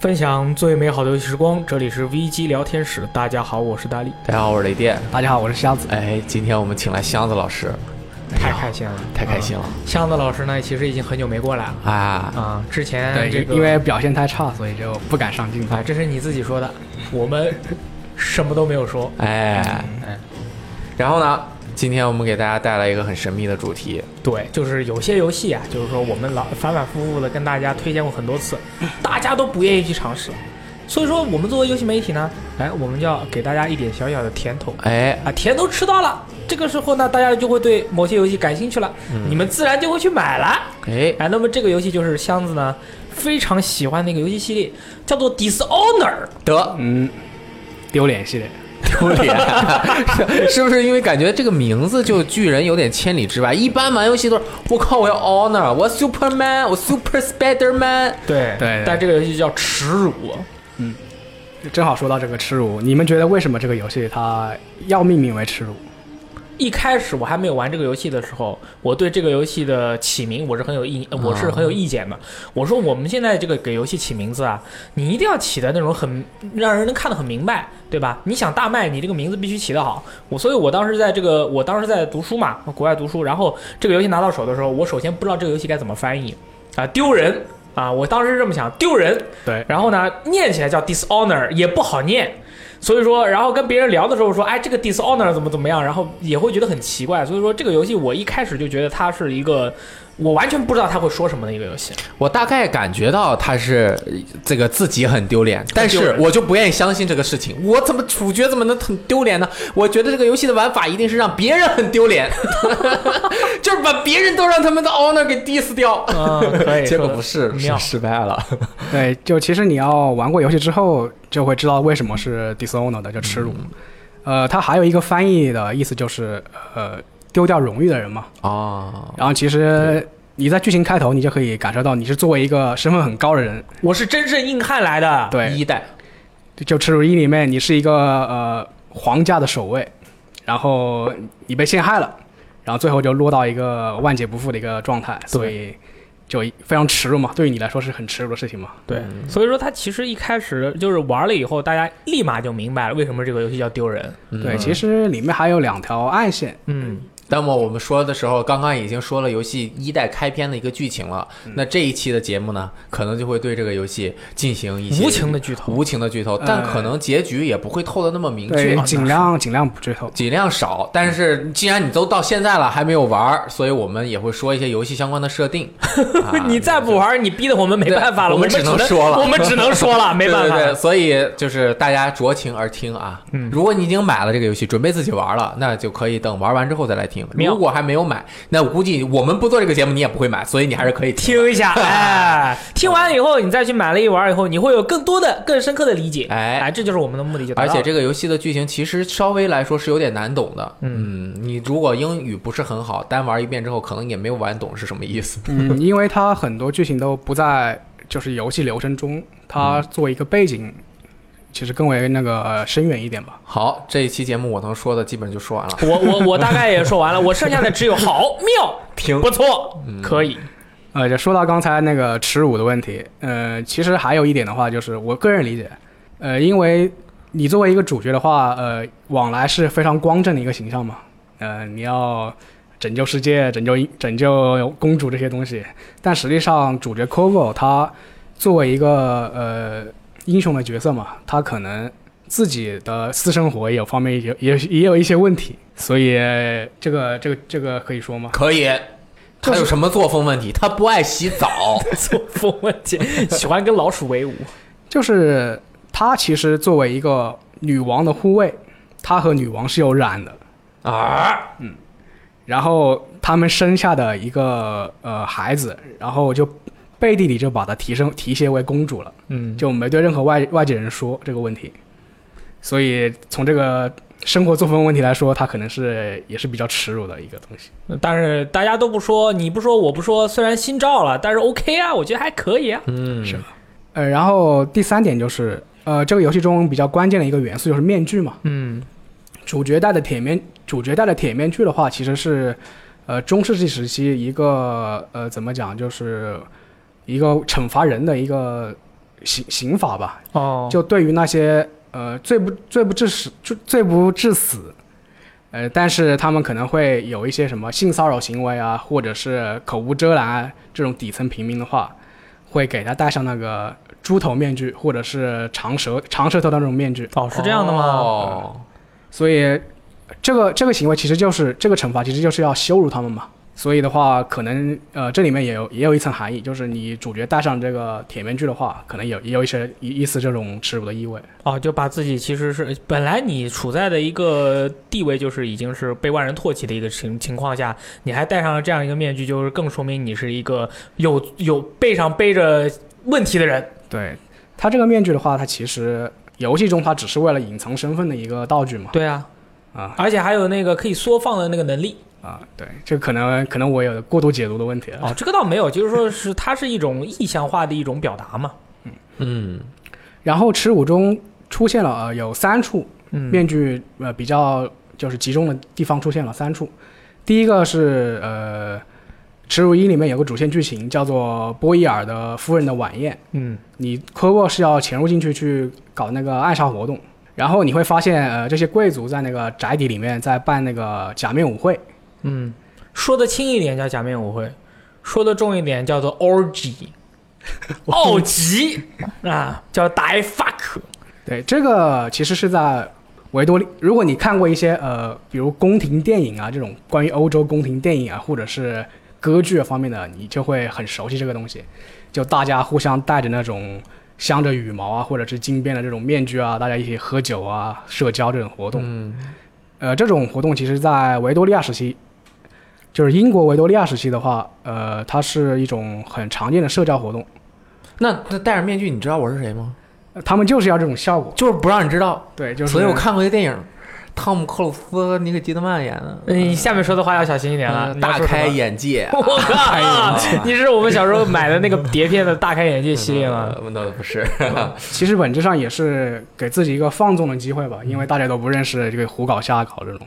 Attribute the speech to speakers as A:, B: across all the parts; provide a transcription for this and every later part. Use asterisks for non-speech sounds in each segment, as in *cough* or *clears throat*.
A: 分享最美好的游戏时光，这里是 VG 聊天室。大家好，我是大力，
B: 大家好，我是雷电。
C: 大家好，我是箱子。
B: 哎，今天我们请来箱子老师，
A: 太开心了，
B: 太开心了
A: 嗯箱子老师呢，其实已经很久没过来了
B: 啊！
A: 啊、之前
C: 对，
A: 这
C: 因
A: 个
C: 因为表现太差，所以就不敢上镜头。
A: 啊，这是你自己说的，我们什么都没有说。
B: 哎，然后呢，今天我们给大家带来一个很神秘的主题，
A: 对，就是有些游戏啊，就是说我们老反反复复的跟大家推荐过很多次，大家都不愿意去尝试。所以说，我们作为游戏媒体呢，哎，我们要给大家一点小小的甜头
B: 哎，
A: 啊，甜头吃到了，这个时候呢，大家就会对某些游戏感兴趣了，你们自然就会去买了。
B: 哎，
A: 哎，那么这个游戏就是箱子呢非常喜欢的一个游戏系列，叫做 Dishonor。
B: 得
C: 嗯，丢脸系列。
B: 丢脸，是是不是因为感觉这个名字就巨人有点千里之外？一般玩游戏都是我靠，我要 honor，我 Superman，我 Super Spiderman，
A: 对
C: 对
A: 但这个游戏叫耻辱。
C: *laughs* 正好说到这个耻辱，你们觉得为什么这个游戏它要命名为耻辱？
A: 一开始我还没有玩这个游戏的时候，我对这个游戏的起名我是很有意，呃我是很有意见的。我说我们现在这个给游戏起名字啊，你一定要起的那种很让人能看得很明白，对吧？你想大卖，你这个名字必须起得好。我所以，我当时在这个，我当时在读书嘛，国外读书，然后这个游戏拿到手的时候，我首先不知道这个游戏该怎么翻译啊，丢人啊！我当时是这么想，丢人。
C: 对，
A: 然后呢，念起来叫 dishonor 也不好念，所以说，然后跟别人聊的时候说，哎，这个 dishonor 怎么怎么样，然后也会觉得很奇怪。所以说，这个游戏我一开始就觉得它是一个我完全不知道他会说什么的一个游 *laughs* 戏。
B: 我大概感觉到他是呃这个自己很丢脸，但是我就不愿意相信这个事情。我怎么主角怎么能很丢脸呢？我觉得这个游戏的玩法一定是让别人很丢脸， *laughs* 就是把别人都让他们的 honor 给 diss 掉。哎
A: 嗯，可以。
B: 结果不是，
A: 妙
B: 是失败了。
C: 对，就其实你要玩过游戏之后，就会知道为什么是 dishonor 的，就耻辱。呃，它还有一个翻译的意思就是呃丢掉荣誉的人嘛。
B: 哦，
C: 然后其实你在剧情开头，你就可以感受到你是作为一个身份很高的人，
A: 我是真正硬汉来的。
C: 对，
B: 一代
C: 就《耻辱一》里面，你是一个呃皇家的守卫，然后你被陷害了，然后最后就落到一个万劫不复的一个状态，所以就非常耻辱嘛，对于你来说是很耻辱的事情嘛。
A: 对，所以说它其实一开始就是玩了以后，大家立马就明白了为什么这个游戏叫丢人。
C: 对，其实里面还有两条暗线，
A: 嗯，
B: 那么我们说的时候，刚刚已经说了游戏一代开篇的一个剧情了。那这一期的节目呢，可能就会对这个游戏进行一些
A: 无情的剧透。
B: 无情的剧透，哎
C: 呃
B: 但可能结局也不会透的那么明确
C: 对，。尽量尽量不
B: *laughs*
C: 剧透。
B: 尽量少，但是
A: 嗯
B: 既然你都到现在了还没有玩儿，所以我们也会说一些游戏相关的设
A: *laughs*
B: 定。啊
A: 你再不玩儿，你逼得我们没办法了。
B: 对
A: 我们
B: 我们只能说了
A: 我们只能说了，没办法
B: 对对对，
A: 了。
B: 所以就是大家酌情而听啊。
A: 嗯
B: 如果你已经买了这个游戏，准备自己玩了，那就可以等玩完之后再来听。
A: 妙
B: 如果还没有买，那我估计我们不做这个节目，你也不会买，所以你还是可以听。
A: *laughs* 听一下，哎，听完以后你再去买了一玩儿以后，你会有更多的、更深刻的理解。
B: 哎
A: 哎，这就是我们的目的就达
B: 而
A: 到了。
B: 且这个游戏的剧情其实稍微来说是有点难懂的。
A: 嗯
B: 嗯，你如果英语不是很好，单玩一遍之后可能也没有玩懂是什么意思。
C: 嗯，因为它很多剧情都不在就是游戏流程中，它作为一个背景，其实更为那个呃深远一点吧。
B: 好，这一期节目我能说的基本就说完了。
A: 我我我大概也说完了，我剩下的只有 *laughs* 好、妙、
B: 停
A: 不错、可以。
C: 呃，就说到刚才那个耻辱的问题，呃，其实还有一点的话，就是我个人理解，呃，因为你作为一个主角的话，呃，往来是非常光正的一个形象嘛，呃，你要拯救世界、拯救拯救公主这些东西，但实际上主角 Kovo 他作为一个呃英雄的角色嘛，他可能自己的私生活也有方面也有也有也有一些问题，所以这个这个这个可以说吗？
B: 可以。他有什么作风问题？他不爱洗澡。
A: 作风问题，喜欢跟老鼠为伍。
C: 就是她其实作为一个女王的护卫，她和女王是有染的。
B: *laughs* 啊，
C: 然后他们生下的一个呃孩子，然后就背地里就把她提升提携为公主了，
A: 嗯，
C: 就没对任何外外界人说这个问题。所以从这个生活作风问题来说，她可能是也是比较耻辱的一个东西。
A: 但是大家都不说，你不说，我不说。虽然新照了，但是 OK 啊，我觉得还可以啊。
B: 嗯，
C: 是呃，然后第三点就是，呃，这个游戏中比较关键的一个元素就是面具嘛。
A: 嗯
C: 主角戴的铁面，主角戴的铁面具的话，其实是，呃，中世纪时期一个呃怎么讲，就是一个惩罚人的一个刑刑法吧，
A: 哦，
C: 就对于那些呃罪不罪不至死就罪不至死，呃，但是他们可能会有一些什么性骚扰行为啊，或者是口无遮拦啊这种底层平民的话，会给他戴上那个猪头面具或者是长舌长舌头的那种面具，
A: 哦是这样的吗？
B: 哦，
C: 所以这个这个行为其实就是这个惩罚其实就是要羞辱他们嘛。所以的话，可能呃，这里面也有也有一层含义，就是你主角戴上这个铁面具的话，可能有也有一些一一丝这种耻辱的意味。
A: 哦，就把自己其实是本来你处在的一个地位，就是已经是被万人唾弃的一个情情况下，你还戴上了这样一个面具，就是更说明你是一个有有背上背着问题的人。
C: 对，它这个面具的话，它其实游戏中它只是为了隐藏身份的一个道具嘛。
A: 对啊，
C: 啊
A: 而且还有那个可以缩放的那个能力。
C: 啊，对，这可能可能我有过度解读的问题了。
A: 哦，这个倒没有，就是说是它是一种意象化的一种表达嘛。
B: 嗯，
C: 然后耻辱中出现了、呃、有三处
A: 嗯，
C: 面具，呃，比较就是集中的地方出现了三处。第一个是呃，耻辱一里面有个主线剧情叫做波伊尔的夫人的晚宴，
A: 嗯，
C: 你科沃是要潜入进去去搞那个暗杀活动，然后你会发现，呃，这些贵族在那个宅邸里面在办那个假面舞会，
A: 嗯，说的轻一点叫假面舞会，说的重一点叫做 orgy，奥吉啊，叫 die fuck。
C: 对，这个其实是在维多利。如果你看过一些呃，比如宫廷电影啊，这种关于欧洲宫廷电影啊，或者是歌剧啊方面的，你就会很熟悉这个东西。就大家互相戴着那种镶着羽毛啊，或者是金边的这种面具啊，大家一起喝酒啊、社交这种活动。
B: 嗯
C: 呃，这种活动其实，在维多利亚时期，就是英国维多利亚时期的话，呃，它是一种很常见的社交活动。
B: 那那戴着面具，你知道我是谁吗？
C: 呃他们就是要这种效果，
B: 就是不让你知道，
C: 对，就是。
B: 所以我看过一个电影，汤姆·克鲁斯和尼克·基德曼演的，
A: 你嗯下面说的话要小心一点了，
B: 嗯
A: 你要
B: 哎
A: 说
B: 大
A: 什么
B: 开。眼界。啊
A: *laughs* 我靠！你是我们小时候买的那个碟片的大开眼界系列 *laughs* 吗？
B: 呃？那不是，
C: 其实本质上也是给自己一个放纵的机会吧，因为大家都不认识这个胡搞瞎搞这种。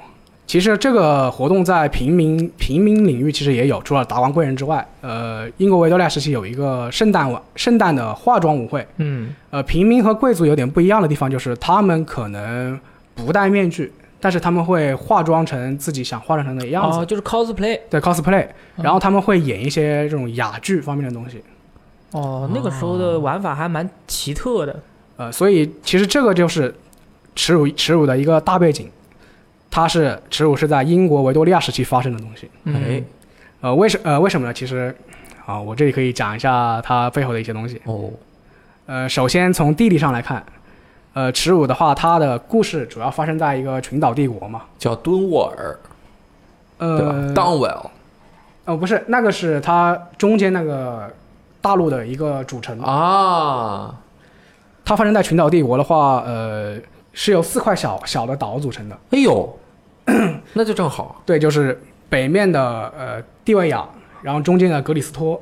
C: 其实这个活动在平民平民领域其实也有，除了达官贵人之外，呃，英国维多利亚时期有一个圣诞晚圣诞的化妆舞会。
A: 嗯，
C: 呃，平民和贵族有点不一样的地方就是，他们可能不戴面具，但是他们会化妆成自己想化妆成的样子，
A: 哦，就是 cosplay。
C: 对 cosplay，然后他们会演一些这种哑剧方面的东西。
A: 哦，那个时候的玩法还蛮奇特的。
C: 呃，所以其实这个就是耻辱耻辱的一个大背景，它是耻辱是在英国维多利亚时期发生的东西。
A: 嗯，
B: 哎
C: 呃，为什呃为什么呢？其实啊，我这里可以讲一下它背后的一些东西。
B: 哦，
C: 呃，首先从地理上来看，呃，耻辱的话，它的故事主要发生在一个群岛帝国嘛。
B: 叫敦沃尔，对吧
C: 呃，
B: ？Donwell
C: 呃不是，那个是它中间那个大陆的一个主城。
B: 啊，
C: 它发生在群岛帝国的话，呃，是由四块小小的岛组成的。
B: 哎呦， *clears throat* 那就正好，
C: 对，就是北面的呃蒂维亚，然后中间的格里斯托，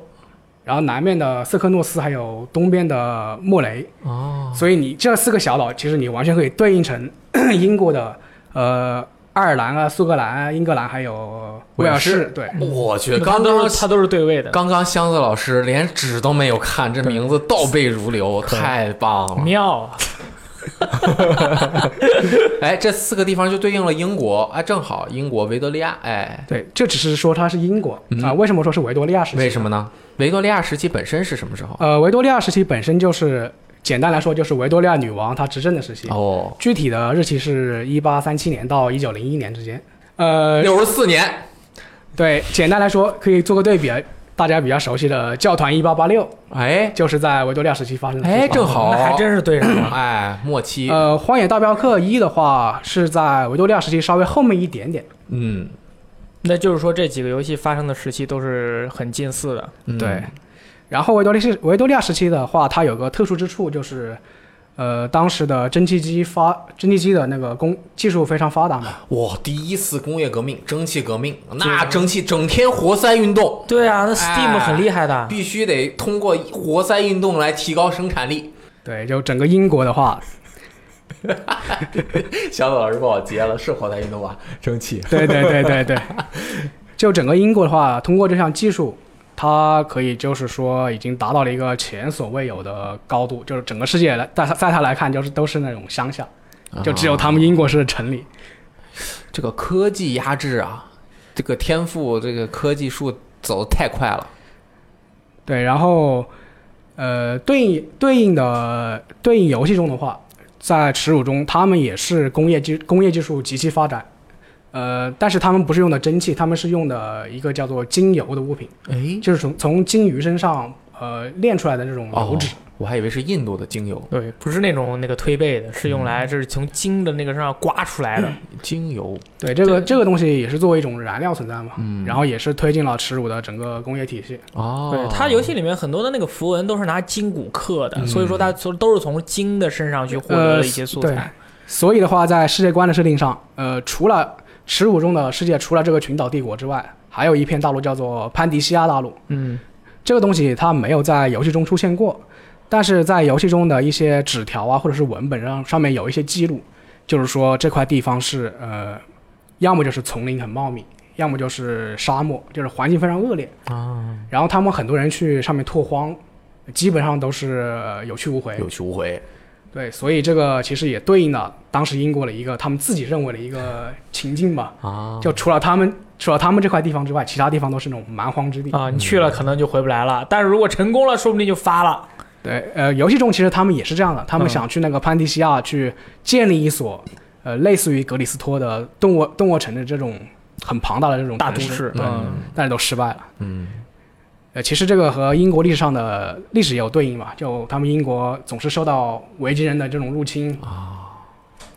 C: 然后南面的瑟克诺斯，还有东边的莫雷。
B: 哦，
C: 所以你这四个小岛，其实你完全可以对应成 *clears throat* 英国的呃爱尔兰啊、苏格兰啊、英格兰还有威
B: 威
C: 尔
B: 尔
C: 士。对，
B: 我去，
A: 他嗯
B: 刚
A: 都
B: 刚
A: 是他都是对位的。
B: 刚刚箱子老师连纸都没有看，这名字倒背如
C: *laughs*
B: 流，太棒了！
A: 妙啊！
B: 哎，这四个地方就对应了英国，哎，正好英国维多利亚，哎，
C: 对，这只是说它是英国啊、为什么说是维多利亚时
B: 嗯
C: 期？
B: 为什么？呢？维多利亚时期本身是什么时候？
C: 呃，维多利亚时期本身就是简单来说就是维多利亚女王她执政的时期。
B: 哦，
C: 具体的日期是一八三七年到一九零一年之间，呃，
B: 六十四年
C: 对，简单来说可以做个对比，大家比较熟悉的教团一八八六，
B: 哎
C: 就是在维多利亚时期发生的。
B: 哎，正。好，
A: 那还真是对上了。
B: 哎，末期，
C: 嗯呃，《荒野大镖客一》的话是在维多利亚时期稍微后面一点点。
B: 嗯，
A: 那就是说，这几个游戏发生的时期都是很近似的。
B: 嗯
C: 对，然后维多利是维多利亚时期的话，它有个特殊之处就是，呃，当时的蒸汽机发蒸汽机的那个工技术非常发达嘛。
B: 哇，第一次工业革命，蒸汽革命，那蒸汽整天活塞运动，
A: 对啊，那 Steam 很厉害的。
B: 必须得通过活塞运动来提高生产力。 *laughs*
C: 对，就整个英国的话，
B: 小左老师不好接了，是活塞运
C: *laughs*
B: 动吧？蒸汽，
C: 对对对对对，就整个英国的话，通过这项技术，它可以就是说已经达到了一个前所未有的高度，就是整个世界来，在他在他来看就是都是那种乡下，
B: 啊
C: 就只有他们英国是城里。
B: 这个科技压制啊，这个天赋，这个科技树走得太快了。
C: 对，然后呃，对应对应的呃对应游戏中的话，在耻辱中，他们也是工业技工业技术极其发展，呃，但是他们不是用的蒸汽，他们是用的一个叫做精油的物品，
B: 哎，
C: 就是从从鲸鱼身上呃炼出来的这种油
B: 哦
C: 脂。，
B: 我还以为是印度的精油，
A: 对，不是那种那个推背的，是用
B: 嗯
A: 来这是从筋的那个身上刮出来的。
B: 精油
C: 对，这个这个东西也是作为一种燃料存在嘛，
B: 嗯
C: 然后也是推进了耻辱的整个工业体系。
A: 对
B: 哦，，
A: 它游戏里面很多的那个符文都是拿筋骨刻的，所以说它从都是从筋的身上去获得
C: 嗯呃
A: 了一些素
C: 对
A: 材。
C: 所以的话，在世界观的设定上，呃，除了耻辱中的世界，除了这个群岛帝国之外，还有一片大陆叫做潘迪西亚大陆。
A: 嗯，
C: 这个东西它没有在游戏中出现过，但是在游戏中的一些纸条啊，或者是文本上上面有一些记录，就是说这块地方是呃，要么就是丛林很茂密，要么就是沙漠，就是环境非常恶劣。
B: 啊，
C: 然后他们很多人去上面拓荒，基本上都是呃有去无回。
B: 有去无回。
C: 对，所以这个其实也对应了当时英国的一个他们自己认为的一个情境吧。
B: 啊，
C: 就除了他们除了他们这块地方之外，其他地方都是那种蛮荒之地。
A: 啊，你去了可能就回不来了，但是如果成功了，说不定就发了。
C: 对，呃，游戏中其实他们也是这样的，他们
A: 嗯
C: 想去那个潘迪西亚去建立一所，呃，类似于格里斯托的动物动物城的这种很庞大的这种
A: 大都
C: 城市，
A: 市，
C: 对，
A: 嗯，
C: 但是都失败了。
B: 嗯，
C: 呃，其实这个和英国历史上的历史也有对应嘛，就他们英国总是受到维京人的这种入侵啊，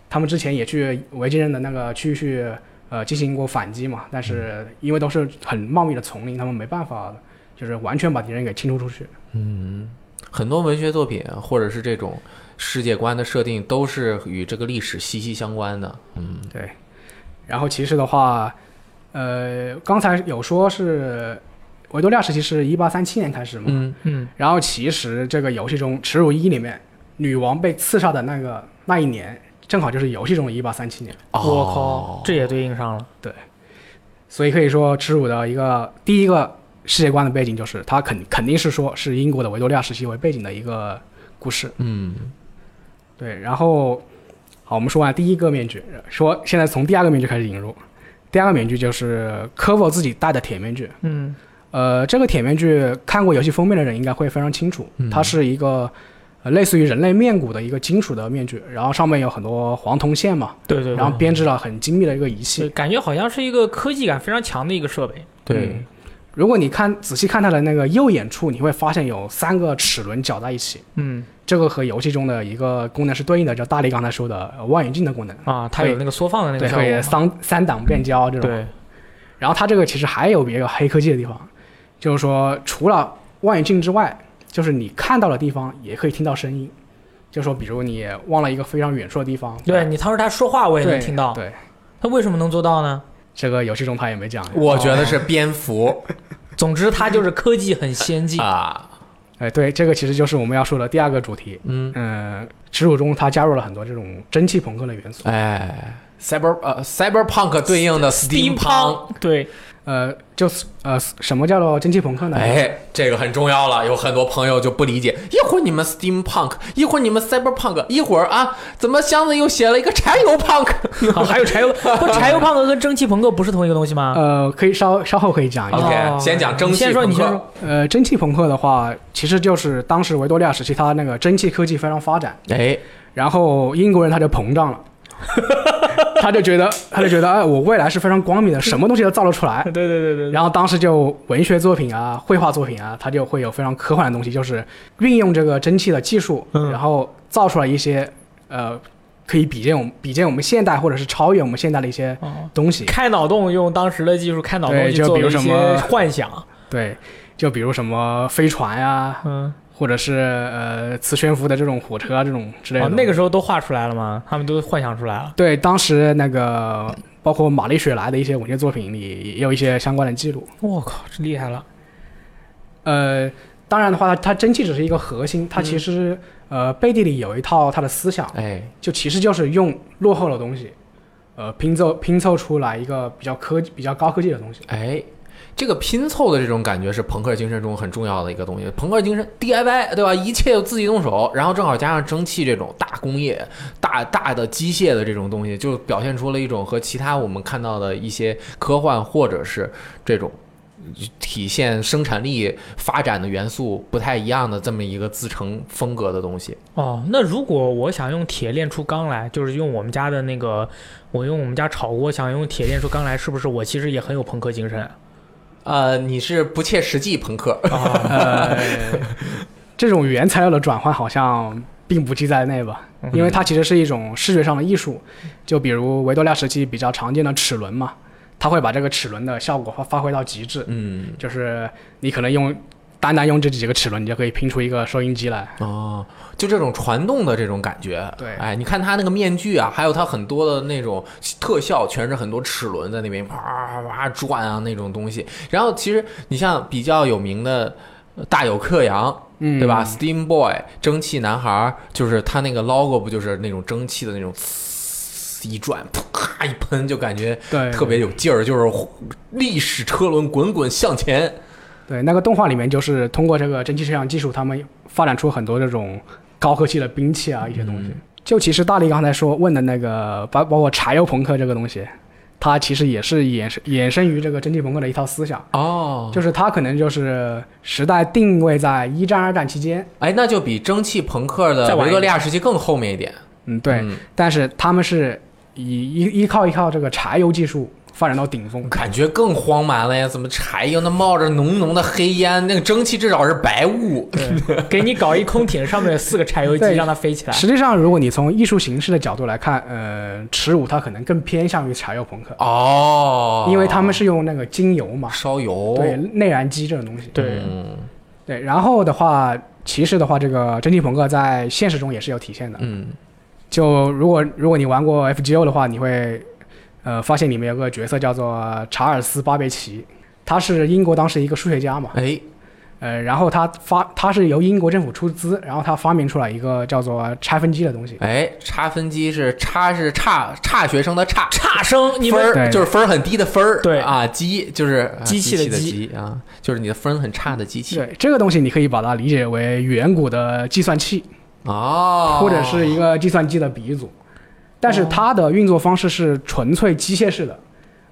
C: 他们之前也去维京人的那个区域去呃进行过反击嘛，但
A: 嗯
C: 是因为都是很茂密的丛林，他们没办法就是完全把敌人给清除出去。
B: 很多文学作品或者是这种世界观的设定都是与这个历史息息相关的。嗯，
C: 对，然后其实的话，呃，刚才有说是维多利亚时期是一八三七年开始嘛，
B: 嗯，
A: 嗯，
C: 然后其实这个游戏中《耻辱一》里面女王被刺杀的那个那一年，正好就是游戏中的一八三七年，
A: 我靠
B: 哦，，
A: 这也对应上了。
C: 所以可以说《耻辱》的一个第一个世界观的背景就是它肯肯定是说是英国的维多利亚时期为背景的一个故事。
B: 嗯，
C: 对，然后好，我们说完第一个面具，说现在从第二个面具开始引入。第二个面具就是科 o 自己戴的铁面具，
A: 嗯，
C: 呃，这个铁面具看过游戏封面的人应该会非常清楚，
B: 嗯
C: 它是一个、呃、类似于人类面骨的一个金属的面具，然后上面有很多黄铜线嘛，
A: 对对，对
C: 然后编织了很精密的一个仪
A: 对
C: 器。
A: 感觉好像是一个科技感非常强的一个设备。
B: 对
C: 嗯，如果你看仔细看它的那个右眼处，你会发现有三个齿轮绞在一起，
A: 嗯
C: 这个和游戏中的一个功能是对应的，叫大力刚才说的呃望远镜的功能，
A: 啊，它有那个缩放的那个
C: 对，
A: 效果
C: 可以
A: 嘛。
C: 三三档变焦这种。
A: 对，
C: 然后它这个其实还有别个黑科技的地方，就是说除了望远镜之外，就是你看到的地方也可以听到声音，就说比如你望了一个非常远处的地方，
A: 对你当时他说话我也能
C: 对，
A: 听到，
C: 对，
A: 他为什么能做到呢？
C: 这个游戏中他也没讲，
B: 我觉得是蝙蝠
A: 总之，它就是科技很先
C: *laughs*
A: 进。
B: 啊，
C: 哎，对，这个其实就是我们要说的第二个主题，
B: 嗯，
C: 嗯、耻辱中它加入了很多这种蒸汽朋克的元素，
B: 哎，cyber 呃 cyberpunk 对应的 steampunk，
A: 乓，对，
C: 呃，就是呃，什么叫做蒸汽朋克呢？， *laughs*
B: 哎，这个很重要了，有很多朋友就不理解，一会儿你们 steampunk，一会儿你们 cyberpunk，一会儿啊，怎么箱子又写了一个柴油 punk？ *laughs*
A: 好还有柴 *laughs* 油，不，柴油胖哥跟蒸汽朋克不是同一个东西吗？
C: 呃，可以稍稍后可以讲一下。
B: OK，先讲蒸
A: 哦你
B: 汽
A: 先说，
B: 朋
A: 你
B: 克
A: 先说。
C: 呃，蒸汽朋克的话，其实就是当时维多利亚时期，它那个蒸汽科技非常发展，
B: 哎，
C: 然后英国人他就膨胀了， *laughs* 他就觉得他就觉得哎，我未来是非常光明的，什么东西都造得出来。
A: 对对对对，
C: 然后当时就文学作品啊、绘画作品啊，它就会有非常科幻的东西，就是运用这个蒸汽的技术，
A: 嗯
C: 然后造出来一些呃，可以比肩我们比肩我们现代或者是超越我们现代的一些
A: 哦
C: 东西。
A: 开脑洞用当时的技术开脑洞
C: 对
A: 去
C: 就
A: 做
C: 比
A: 了
C: 如
A: 一
C: 什
A: 些
C: 么
A: 幻想，
C: 对，就比如什么飞船啊呀、
A: 嗯，
C: 或者是呃磁悬浮的这种火车啊这种之类的
A: 哦
C: 东西、
A: 那个时候都画出来了吗？他们都幻想出来了。
C: 对，当时那个包括玛丽雪莱的一些文学作品里也有一些相关的记录。
A: 我靠，这厉害了！
C: 呃，当然的话，它蒸汽只是一个核心，它其实、呃背地里有一套它的思想，
B: 哎，
C: 就其实就是用落后的东西，呃拼凑拼凑出来一个比较科技比较高科技的东西。
B: 哎，这个拼凑的这种感觉是朋克精神中很重要的一个东西。朋克精神 DIY 对吧？一切自己动手，然后正好加上蒸汽这种大工业、大大的机械的这种东西，就表现出了一种和其他我们看到的一些科幻或者是这种呃体现生产力发展的元素不太一样的这么一个自成风格的东西。
A: 哦，那如果我想用铁炼出钢来，就是用我们家的那个，我用我们家炒锅想用铁炼出钢来，是不是我其实也很有朋克精神啊？
B: 呃，你是不切实际朋克，
C: 呃， *laughs* 这种原材料的转换好像并不计在内吧，
B: 嗯
C: 因为它其实是一种视觉上的艺术。就比如维多利亚时期比较常见的齿轮嘛，它会把这个齿轮的效果发发挥到极致，
B: 嗯，
C: 就是你可能用单单用这几个齿轮，你就可以拼出一个收音机来。
B: 哦，就这种传动的这种感觉。
C: 对
B: 哎，你看他那个面具啊，还有他很多的那种特效，全是很多齿轮在那边啪啪啪转啊那种东西。然后其实你像比较有名的呃大有克洋。
C: 嗯
B: 对吧？Steam Boy 蒸汽男孩儿，就是他那个 logo 不就是那种蒸汽的那种呲一转，啪一喷，就感觉
C: 对，
B: 特别有劲儿，就是历史车轮滚滚向前。
C: 对那个动画里面就是通过这个蒸汽摄像技术，他们发展出很多这种高科技的兵器啊一些东西。
B: 嗯
C: 就其实大力刚才说问的那个，包包括柴油朋克这个东西，它其实也是衍生衍生于这个蒸汽朋克的一套思想。
B: 哦，
C: 就是它可能就是时代定位在一战、二战期间，
B: 哎，那就比蒸汽朋克
A: 再
B: 的
A: 晚一
B: 维
A: 点
B: 多利亚时期更后面一点。
C: 嗯，对。
B: 嗯
C: 但是他们是以依依靠依靠这个柴油技术发展到顶峰，
B: 感觉更荒蛮了呀！怎么柴油那冒着浓浓的黑烟，那个蒸汽至少是白雾。
A: 对，给你搞一空艇，上面有四个柴油机，
C: 对
A: 让它飞起来。
C: 实际上，如果你从艺术形式的角度来看，呃，耻辱它可能更偏向于柴油朋克，
B: 哦，
C: 因为他们是用那个精油嘛，
B: 烧油。
C: 对，内燃机这种东西。
A: 对，
B: 嗯
C: 对，然后的话，其实的话，这个蒸汽朋克在现实中也是有体现的。
B: 嗯，
C: 就如果如果你玩过 FGO 的话，你会呃发现里面有个角色叫做查尔斯·巴贝奇，他是英国当时一个数学家嘛，
B: 哎，
C: 呃，然后他发他是由英国政府出资，然后他发明出来一个叫做拆分机的东西。
B: 哎，差分机是差是差差学生的差，
A: 差生，你
B: 分
A: 们
C: 对
B: 儿就是分儿很低的分儿，
A: 对
B: 啊，机就是啊
A: 机器的
B: 机
A: 机
B: 机啊，就是你的分儿很差的机器
C: 对，这个东西你可以把它理解为远古的计算器，
B: 哦，
C: 或者是一个计算机的鼻祖，但是它的运作方式是纯粹机械式的。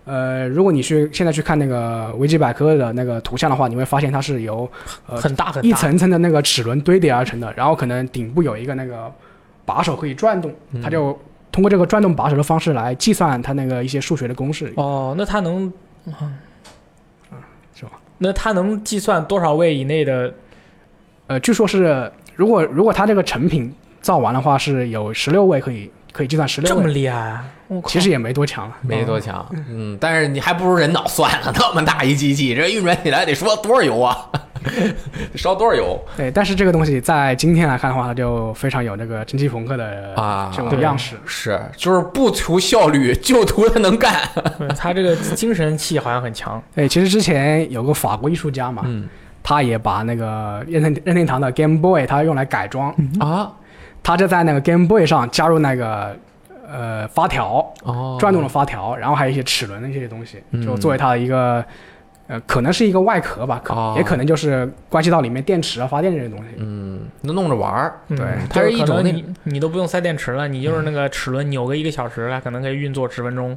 C: 呃，如果你去现在去看那个维基百科的那个图像的话，你会发现它是由呃
A: 很大很大，
C: 一层层的那个齿轮堆叠而成的，然后可能顶部有一个那个把手可以转动，
A: 嗯
C: 它就通过这个转动把手的方式来计算它那个一些数学的公式。
A: 哦，那它能，嗯
C: 是吧？
A: 那它能计算多少位以内的？
C: 呃，据说是如果如果它这个成品造完的话，是有十六位可以可以计算十
A: 这
C: 六
A: 么
C: 位，
A: 厉害啊？我靠
C: 其实也没多强了。
B: 没多强，嗯，但是你还不如人脑算了，那么大一机器，这运转起来得说多少油啊， *laughs* 得烧多少油
C: 对，但是这个东西在今天来看的话，它就非常有那个蒸汽朋克的
B: 啊
C: 这种
A: 对
C: 样式。
B: 是，就是不图效率， *laughs* 就图他能干。
A: *laughs* 对它这个精神气好像很强。
C: 对，其实之前有个法国艺术家嘛，
B: 嗯
C: 他也把那个任天任天堂的 Game Boy 他用来改装，
B: 啊，
C: 他就在那个 Game Boy 上加入那个呃发条，
B: 哦
C: 转动的发条，然后还有一些齿轮的一些东西，
B: 嗯
C: 就作为它的一个呃，可能是一个外壳吧，可、
B: 哦
C: 也可能就是关系到里面电池啊、发电这些东西。
B: 嗯，那弄着玩儿，
A: 嗯
C: 对
B: 它是一
A: 就可
B: 种
A: 能
B: 那
A: 你你都不用塞电池了，你就是那个齿轮扭个一个小时了，可能可以运作十分钟。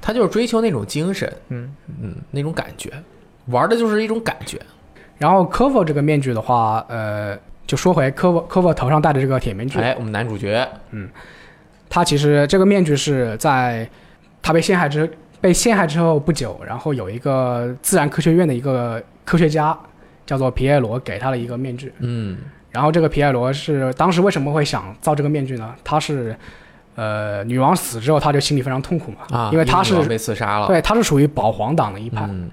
B: 他就是追求那种精神，
A: 嗯，
B: 嗯，那种感觉，玩的就是一种感觉。
C: 然后 Cover 这个面具的话，呃，就说回 Cover Cover 头上戴的这个铁面具，
B: 哎，我们男主角，
C: 他其实这个面具是在他被陷害之被陷害之后不久，然后有一个自然科学院的一个科学家叫做皮埃罗给他了一个面具。
B: 嗯，
C: 然后这个皮埃罗是当时为什么会想造这个面具呢？他是呃女王死之后他就心里非常痛苦嘛，
B: 啊，
C: 因为他是
B: 女王被刺杀了，
C: 对他是属于保皇党的一派，
B: 嗯，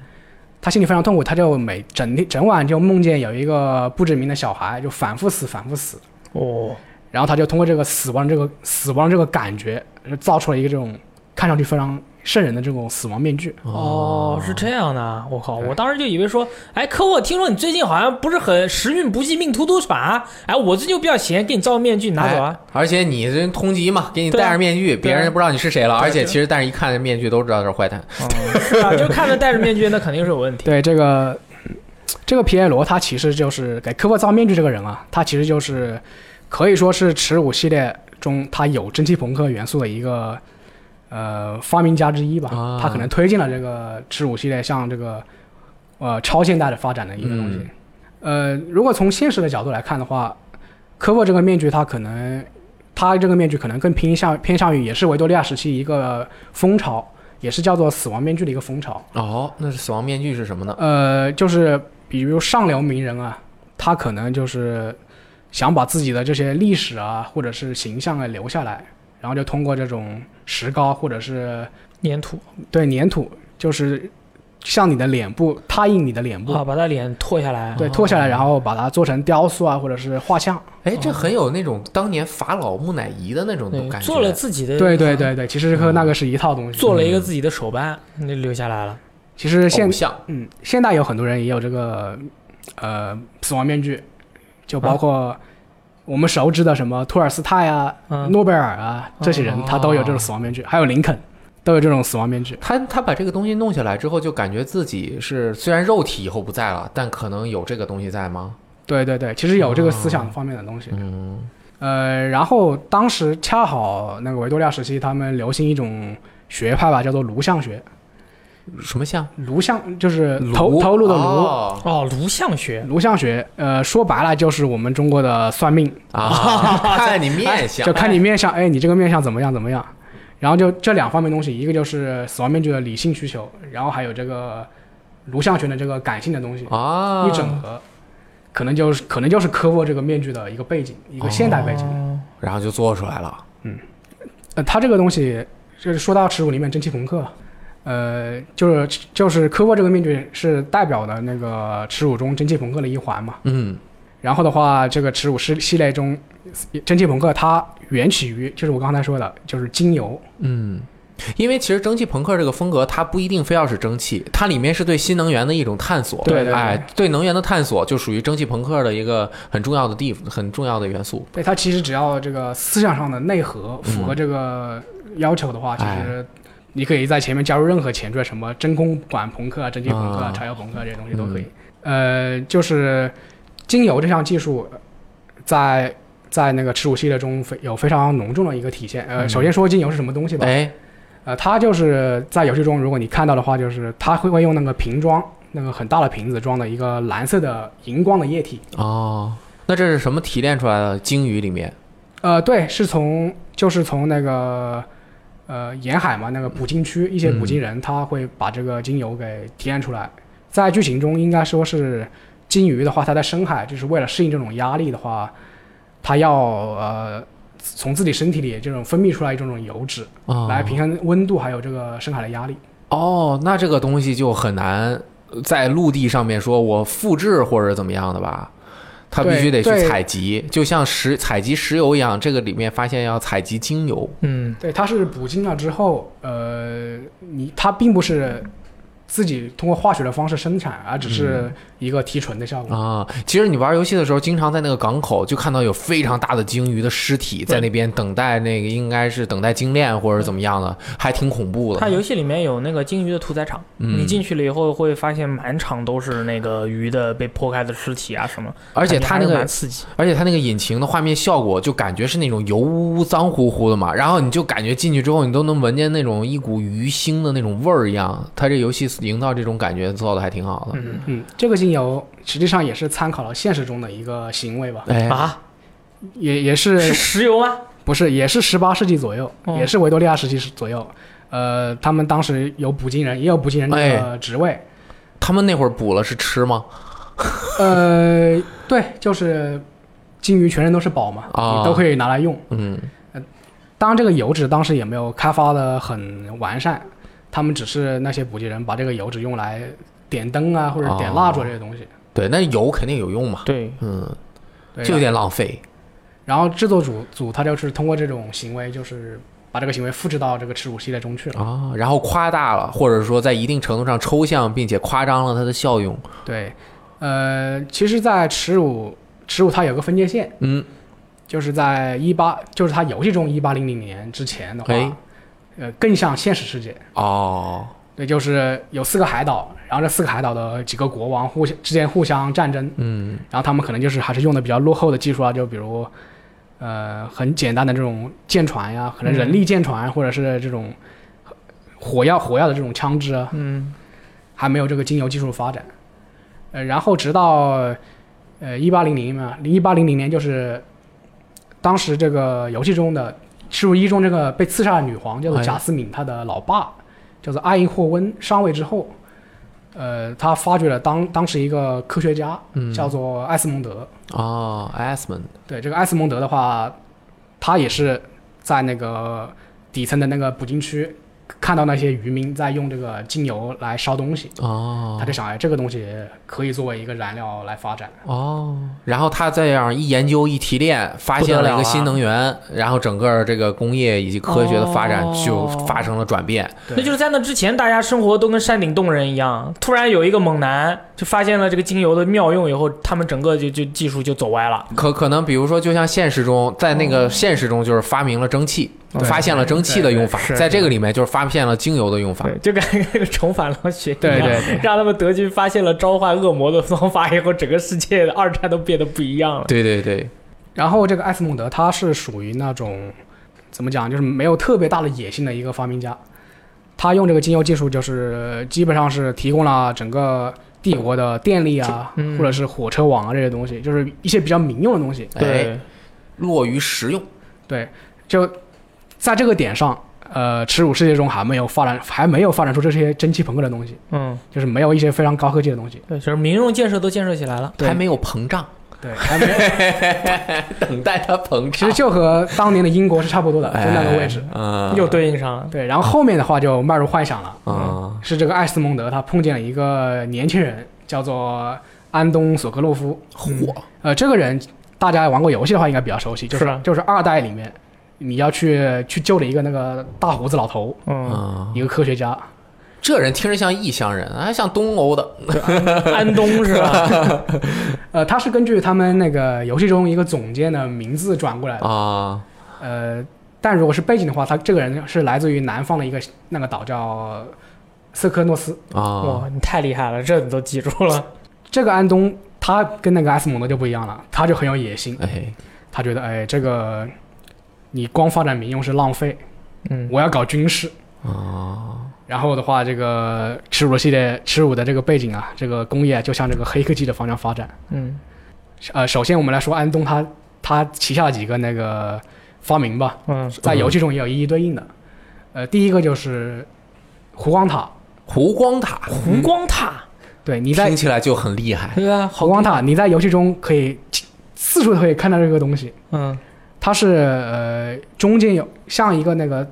C: 他心里非常痛苦，他就每整天整晚就梦见有一个不知名的小孩就反复死反复死，
A: 哦，
C: 然后他就通过这个死亡这个死亡这个感觉，就造出了一个这种看上去非常圣人的这种死亡面具。
A: 哦，是这样的，我靠！
C: 对
A: 我当时就以为说，哎，可我听说你最近好像不是很时运不济，命途多舛。哎，我最近又比较闲，给你造个面具拿走啊。
B: 哎而且你这人通缉嘛，给你
A: 对啊
B: 戴上面具，
A: 对
B: 别
A: 啊
B: 人不知道你是谁了。而且
A: 对
B: 其实，但是一看这面具都知道这是坏蛋。
A: 嗯是啊，就看着戴着面具，那肯定是有问题。
C: 对这个这个皮耶罗，他其实就是给科沃造面具这个人啊，他其实就是可以说是耻辱系列中他有蒸汽朋克元素的一个呃发明家之一吧。
B: 啊
C: 他可能推进了这个耻辱系列向这个呃超现代的发展的一个东
A: 嗯
C: 西。呃，如果从现实的角度来看的话，科沃这个面具它可能。它这个面具可能更偏向偏向于也是维多利亚时期一个风潮，也是叫做死亡面具的一个风潮。
B: 哦，那是死亡面具是什么呢？
C: 呃，就是比如上流名人啊，他可能就是想把自己的这些历史啊，或者是形象啊留下来，然后就通过这种石膏或者是
A: 粘土
C: 对粘土，就是向你的脸部拓印你的脸部，
A: 啊，把他脸脱下来。啊
C: 对，脱下来，然后把它做成雕塑啊，或者是画像。
B: 哎，这很有那种当年法老木乃伊的那种
A: 对
B: 感，觉。嗯
A: 做了自己的，嗯
C: 对对，对对，其实和那个是一套东西。嗯
A: 做了一个自己的手办，那留下来了。
C: 其实现
B: 偶像，
C: 嗯，现代有很多人也有这个呃死亡面具，就包括我们熟知的什么托尔斯泰啊、
A: 嗯
C: 诺贝尔啊这些人，他都有这种死亡面具，还有林肯都有这种死亡面具。
B: 他他把这个东西弄下来之后，就感觉自己是虽然肉体以后不在了，但可能有这个东西在吗？
C: 对对对，其实有这个思想方面的东西。
B: 嗯，
C: 呃，然后当时恰好那个维多利亚时期，他们流行一种学派吧，叫做颅相学。
B: 什么像
C: 颅相就是头头颅的颅，
B: 哦
A: 哦，颅相学，
C: 颅相学。呃，说白了就是我们中国的算命。 *laughs*
B: 啊，看你面相
C: 就看你面相，哎，你这个面相怎么样怎么样。然后就这两方面东西，一个就是死亡面具的理性需求，然后还有这个颅相学的这个感性的东西、
B: 啊，
C: 一整合，可能就是可能就是科沃这个面具的一个背景，一个现代背景。
B: 然后就做出来了。
C: 呃，它这个东西就是说到耻辱里面蒸汽朋克，呃，就是就是科沃这个面具是代表的那个耻辱中蒸汽朋克的一环嘛。
B: 嗯，
C: 然后的话，这个耻辱系系列中，蒸汽朋克它源起于就是我刚才说的，就是精油。
B: 嗯，因为其实蒸汽朋克这个风格，它不一定非要是蒸汽，它里面是对新能源的一种探索。
C: 对对对
B: 哎，对能源的探索就属于蒸汽朋克的一个很重要的地，很重要的元素。
C: 对它其实只要这个思想上的内核
B: 嗯
C: 符合这个要求的话，其
B: 哎
C: 实你可以在前面加入任何前缀，什么真空管朋克啊、蒸汽朋克
B: 啊
C: 啊、柴油朋克啊这些东西都可以。
B: 嗯
C: 呃，就是精油这项技术呃在在那个耻辱系列中非有非常浓重的一个体现。呃，
B: 嗯
C: 首先说精油是什么东西吧。
B: 哎，
C: 呃，它就是在游戏中，如果你看到的话，就是它会会用那个瓶装，那个很大的瓶子装的一个蓝色的荧光的液体。
B: 哦，那这是什么提炼出来的？鲸鱼里面
C: 呃，对，是从就是从那个呃沿海嘛，那个捕鲸区一些捕鲸人，他会把这个精油给提炼出来。在剧情中，应该说是鲸鱼的话，它在深海就是为了适应这种压力的话，它要呃从自己身体里这种分泌出来一种种油脂，
B: 哦
C: 来平衡温度还有这个深海的压力。
B: 哦，那这个东西就很难在陆地上面说我复制或者怎么样的吧。它必须得
C: 对
B: 去
C: 对
B: 采集，就像石采集石油一样，这个里面发现要采集精油。
A: 嗯，
C: 对，它是捕鲸了之后，呃，你它并不是自己通过化学的方式生产，而只是一个提纯的效果。
B: 啊，其实你玩游戏的时候，经常在那个港口就看到有非常大的鲸鱼的尸体在那边等待，那个应该是等待精炼或者怎么样的，还挺恐怖的。
A: 它游戏里面有那个鲸鱼的屠宰场，
B: 嗯
A: 你进去了以后会发现满场都是那个鱼的被剖开的尸体啊什么，
B: 而且它
A: 感觉
B: 那
A: 还是
B: 个
A: 蛮，刺激，
B: 而且它那个引擎的画面效果，就感觉是那种油污污、脏乎乎的嘛。然后你就感觉进去之后，你都能闻见那种一股鱼腥的那种味儿一样。它这游戏营造这种感觉做的还挺好的。
A: 嗯
C: 嗯，这个精油实际上也是参考了现实中的一个行为吧，
B: 哎，
A: 啊，
C: 也也
A: 是
C: 是
A: 石油吗？
C: 不是也是十八世纪左右，
A: 哦
C: 也是维多利亚时期左右。呃，他们当时有捕鲸人，也有捕鲸人这
B: 哎
C: 个职位。
B: 他们那会儿捕了是吃吗？
C: 呃，对，就是鲸鱼全身都是宝嘛，
B: 啊
C: 你都可以拿来用。
B: 嗯，
C: 当然，这个油脂当时也没有开发的很完善，他们只是那些捕鲸人把这个油脂用来点灯啊，或者点蜡烛
B: 哦
C: 这些东西。
B: 对，那油肯定有用嘛。
A: 对，
B: 嗯，
C: 对
B: 就有点浪费。
C: 然后制作组组他就是通过这种行为，就是把这个行为复制到这个耻辱系列中去了。
B: 啊、然后夸大了，或者说在一定程度上抽象，并且夸张了它的效用。
C: 对，呃，其实，在耻辱耻辱它有个分界线，
B: 嗯，
C: 就是在一八，就是它游戏中一八零零年之前的话
B: 哎，
C: 呃，更像现实世界。
B: 哦，
C: 对，就是有四个海岛，然后这四个海岛的几个国王互相之间互相战争，
B: 嗯，
C: 然后他们可能就是还是用的比较落后的技术啊，就比如，呃，很简单的这种舰船啊呀、可能人力舰船、或者是这种火药火药的这种枪支啊，
A: 嗯
C: 还没有这个精油技术发展。呃，然后直到呃一八零零嘛，一八零零年就是当时这个游戏中的《耻辱一》中这个被刺杀的女皇叫做
B: 哎
C: 贾斯敏，她的老爸叫做艾因霍温上位之后，呃，他发掘了当当时一个科学家叫做艾斯蒙德。
B: 哦 a s m a n
C: 对这个艾斯蒙德的话，他也是在那个底层的那个捕鲸区看到那些渔民在用这个精油来烧东西。
B: 哦
C: 他就想，哎，这个东西可以作为一个燃料来发展。
B: 哦，然后他这样一研究一提炼，发现了一个新能源，然后整个这个工业以及科学的发展
A: 哦
B: 就发生了转变。
C: 对
A: 那就是在那之前，大家生活都跟山顶洞人一样，突然有一个猛男就发现了这个精油的妙用以后，他们整个就就技术就走歪了。
B: 可可能比如说，就像现实中，在那个现实中就是发明了蒸汽，
A: 对
B: 发现了蒸汽的用法
A: 对对，是
B: 在这个里面就是发现了精油的用法。嗯
A: 对，就感觉那 *laughs* 个重返了学一样
C: 对对对
A: *laughs* 让他们德军发现了召唤恶魔的方法以后，整个世界的二战都变得不一样了。
B: 对对对，
C: 然后这个艾斯蒙德他是属于那种怎么讲，就是没有特别大的野心的一个发明家。他用这个精油技术，就是基本上是提供了整个帝国的电力啊，
A: 嗯
C: 或者是火车网啊这些东西，就是一些比较民用的东西。
B: 哎，落于实用。
C: 对，就在这个点上，呃，耻辱世界中还没有发展，还没有发展出这些蒸汽朋克的东西，
A: 嗯，
C: 就是没有一些非常高科技的东西。
A: 对，就是民用建设都建设起来了。
C: 对
B: 还没有膨胀，
C: 对，还没有。
B: 等待它膨胀。
C: 其实就和当年的英国是差不多的，就那个位置。
B: 哎，嗯，
A: 又对应上了，
C: 对，然后后面的话就迈入幻想了，
B: 啊，
C: 是这个艾斯蒙德他碰见了一个年轻人，叫做安东索科洛夫。
B: 火
C: 呃，这个人大家玩过游戏的话应该比较熟悉，就是
A: 的
C: 就是二代里面你要去去救的一个那个大胡子老头，
A: 嗯，
B: 啊！
C: 一个科学家。
B: 这人听着像异乡人，啊，像东欧的。
A: 安东是吧？ *laughs*
C: 呃，他是根据他们那个游戏中一个总监的名字转过来的。
B: 啊，
C: 呃，但如果是背景的话，他这个人是来自于南方的一个那个岛叫瑟科诺斯。
B: 啊
A: 哇，你太厉害了，这你都记住 *laughs* 了。
C: 这个安东他跟那个艾斯蒙德就不一样了，他就很有野心，
B: 哎，
C: 他觉得哎，这个你光发展民用是浪费，
A: 嗯，
C: 我要搞军事。
B: 啊，
C: 然后的话，这个耻辱系列耻辱的这个背景啊，这个工业就向这个黑科技的方向发展。
A: 嗯
C: 呃，首先我们来说安东他他旗下的几个那个发明吧，
A: 嗯，
C: 在游戏中也有一一对应的。呃，第一个就是湖光塔，
B: 湖光塔，
A: 湖光塔，
C: 对你在
B: 听起来就很厉害。
A: 对啊吧？
C: 湖光塔，你在游戏中可以四处都可以看到这个东西。
A: 嗯
C: 它是呃中间有像一个那个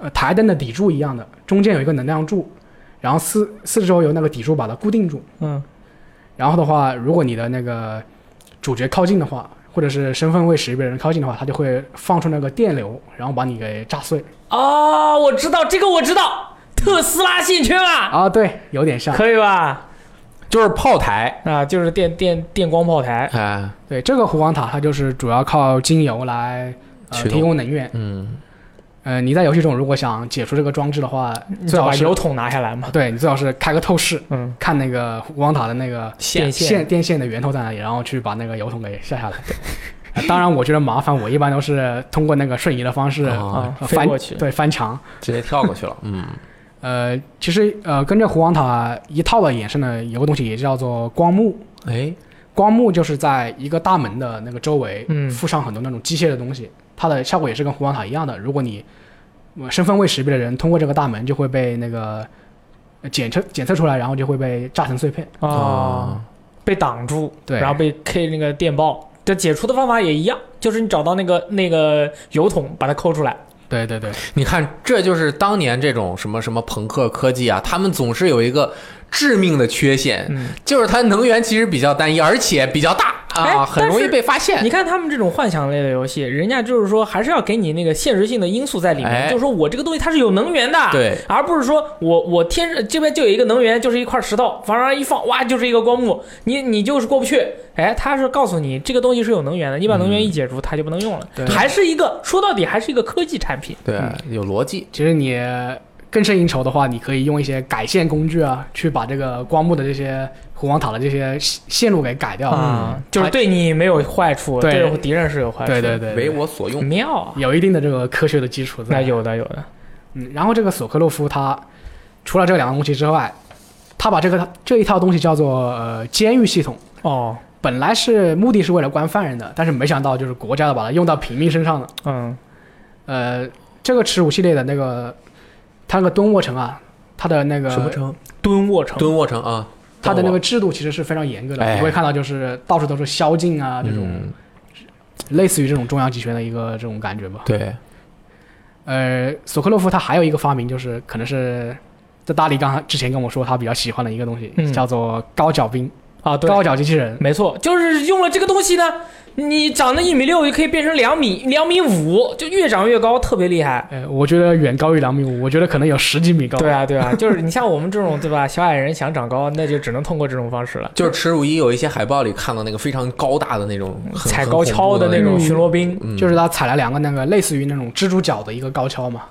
C: 呃台灯的底柱一样的，中间有一个能量柱，然后四四周有那个底柱把它固定住。
A: 嗯
C: 然后的话，如果你的那个主角靠近的话，或者是身份位识别人靠近的话，它就会放出那个电流，然后把你给炸碎。
A: 哦，我知道这个，我知道，特斯拉线圈啊，
C: 啊，对，有点像。
A: 可以吧？
B: 就是炮台，
A: 啊，就是电电电光炮台，
B: 哎，
C: 对，这个湖光塔它就是主要靠精油来、呃、
B: 驱动
C: 提供能源。
B: 嗯，
C: 呃，你在游戏中如果想解除这个装置的话，最
A: 最好
C: 好
A: 把
C: 是
A: 油桶拿下来嘛。
C: 对你最好是开个透视，
A: 嗯，
C: 看那个湖光塔的那个
A: 线
C: 线电线的源头在哪里，然后去把那个油桶给下下来。 *laughs* 啊当然，我觉得麻烦，我一般都是通过那个瞬移的方式
B: 哦
A: 啊，
C: 呃
A: 飞
C: 翻
A: 过去。
C: 对翻墙。
B: 直接跳过去了。嗯，
C: 呃，其实呃，跟这湖光塔一套的衍生的有个东西也叫做光幕，
B: 哎，
C: 光幕就是在一个大门的那个周围
A: 嗯
C: 附上很多那种机械的东西，它的效果也是跟湖光塔一样的。如果你呃身份未识别的人通过这个大门就会被那个呃检测检测出来，然后就会被炸成碎片。
A: 哦
B: 啊，
A: 被挡住，
C: 对
A: 然后被 K 那个电爆。这解除的方法也一样，就是你找到那个那个油桶，把它抠出来。
C: 对对对，
B: 你看，这就是当年这种什么什么朋克科技啊，他们总是有一个致命的缺陷，
A: 嗯，
B: 就是它能源其实比较单一，而且比较大。啊，
A: 哎
B: 很容易被发现。
A: 你看他们这种幻想类的游戏，人家就是说还是要给你那个现实性的因素在里面，
B: 哎
A: 就是说我这个东西它是有能源的，
B: 对，
A: 而不是说我我天上这边就有一个能源，就是一块石头，往上一放，哇，就是一个光幕，你你就是过不去。哎，他是告诉你这个东西是有能源的，你把能源一解除，它就不能用了，
C: 对
A: 还是一个说到底还是一个科技产品。
B: 对，有逻辑。
C: 其实你更胜应酬的话，你可以用一些改线工具啊，去把这个光幕的这些虎王塔的这些线线路给改掉。嗯
B: 嗯
A: 啊，就是
C: 还
A: 对你没有坏处，
C: 对
A: 对敌人是有坏处，
C: 对对对，对
B: 为我所用。
A: 妙啊！
C: 有一定的这个科学的基础在。
A: 那有的有的，
C: 嗯，然后这个索科洛夫他除了这两个东西之外，他把这个这一套东西叫做呃监狱系统，
A: 哦，
C: 本来是目的是为了关犯人的，但是没想到就是国家把它用到平民身上了。
A: 嗯，
C: 呃，这个耻辱系列的那个它那个蹲卧城啊，它的那个
B: 城？
A: 蹲卧城，
B: 蹲卧城啊，
C: 它的那个制度其实是非常严格的，
B: 哎
C: 你会看到就是到处都是宵禁啊这种，
B: 嗯
C: 类似于这种中央集权的一个这种感觉吧。
B: 对，
C: 呃，索科洛夫他还有一个发明，就是可能是在大力刚才之前跟我说他比较喜欢的一个东西，
A: 嗯
C: 叫做高脚兵、
A: 啊，对，
C: 高脚机器人。
A: 没错，就是用了这个东西呢，你长得一米六，也可以变成两米、两米五，就越长越高，特别厉害。
C: 呃，我觉得远高于两米五，我觉得可能有十几米高。
A: 对啊，对啊，就是你像我们这种对吧，小矮人想长高，那就只能通过这种方式了，
B: 就是耻辱一有一些海报里看到那个非常高大的那种很
A: 踩高跷
B: 很恐怖的
A: 那
B: 种，
A: 种
C: 嗯
A: 巡逻兵。
B: 嗯
C: 就是他踩了两个那个类似于那种蜘蛛脚的一个高跷嘛，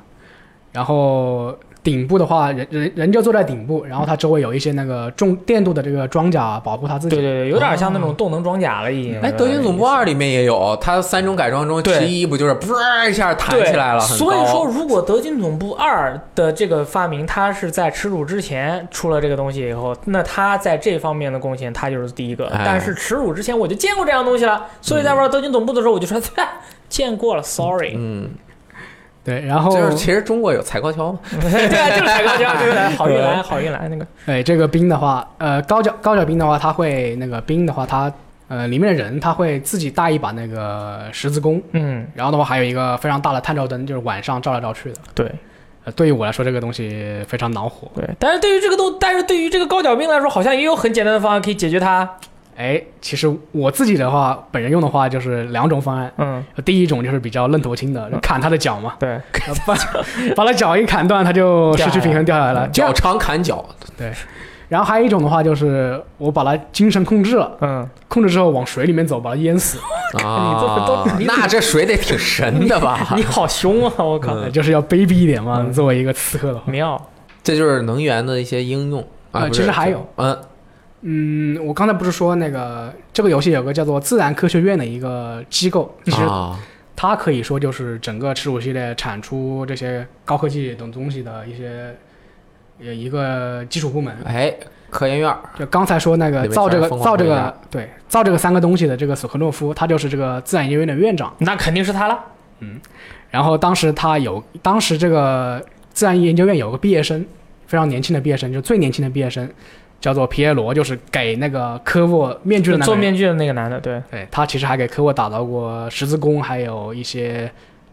C: 然后顶部的话，人人人就坐在顶部，然后他周围有一些那个重电镀的这个装甲保护他自己。
A: 对对对，有点像那种动能装甲了，已经。
B: 哦哎，德云总部二里面也有，它三种改装中
A: 对
B: 其一不就是噗一下弹
A: 对
B: 起来了，很
A: 所以
B: 高
A: 说，如果德军总部二的这个发明，它是在耻辱之前出了这个东西以后，那它在这方面的贡献，它就是第一个。
B: 哎
A: 但是耻辱之前我就见过这样东西了，所以在玩德军总部的时候，我就说， *laughs* 哈见过了，sorry。
B: 嗯，
C: 对然后
B: 就是其实中国有踩高跷嘛，
A: *laughs* 对啊，就是海高家，对不对？好运来，好运来那个。
C: 哎，这个兵的话，呃，高脚高脚兵的话，他会那个兵的话，他呃里面的人他会自己带一把那个十字弓，
A: 嗯，
C: 然后的话还有一个非常大的探照灯，就是晚上照来照去的。
A: 对
C: 呃，对于我来说，这个东西非常恼火。
A: 对。但是对于这个东，但是对于这个高脚兵来说，好像也有很简单的方案可以解决它。
C: 哎，其实我自己的话，本人用的话就是两种方案。
A: 嗯，
C: 第一种就是比较愣头青的，就砍他的脚嘛， *laughs*
A: 对，
C: 把把他脚一砍断，他就失去平衡掉下来了。
B: 脚长砍脚，
C: 然后还有一种的话，就是我把他精神控制了，
A: 嗯，
C: 控制之后往水里面走，把他淹死，
A: 你这
B: 啊
A: 都，你
B: *laughs* 那这水得挺神的
A: *laughs*
B: 吧？
A: 你好凶啊！我靠，
B: 嗯
C: 就是要卑鄙一点嘛。
A: 嗯
C: 作为一个刺客的话，
A: 妙。
B: *laughs* 这就是能源的一些应用啊，
C: 呃
B: 不是
C: 其实还有，
B: 嗯，
C: 嗯，我刚才不是说那个这个游戏有个叫做自然科学院的一个机构，其实
B: 啊，
C: 它可以说就是整个耻辱系列产出这些高科技等东西的一些呃一个基础部门。
B: 哎，科研院儿
C: 就刚才说那
B: 里
C: 个
B: 面
C: 造
B: 全
C: 这个
B: 是疯狂
C: 造这
B: 国
C: 个对造这个三个东西的这个索科诺夫，他就是这个自然研究院的院长。
A: 那肯定是他了。
C: 然后当时他有，当时这个自然研究院有个毕业生，非常年轻的毕业生，就最年轻的毕业生，叫做皮耶罗，就是给那个科沃面具的那个
A: 做
C: 人
A: 面具的那个男的，对，
C: 对他其实还给科沃打造过十字弓，还有一些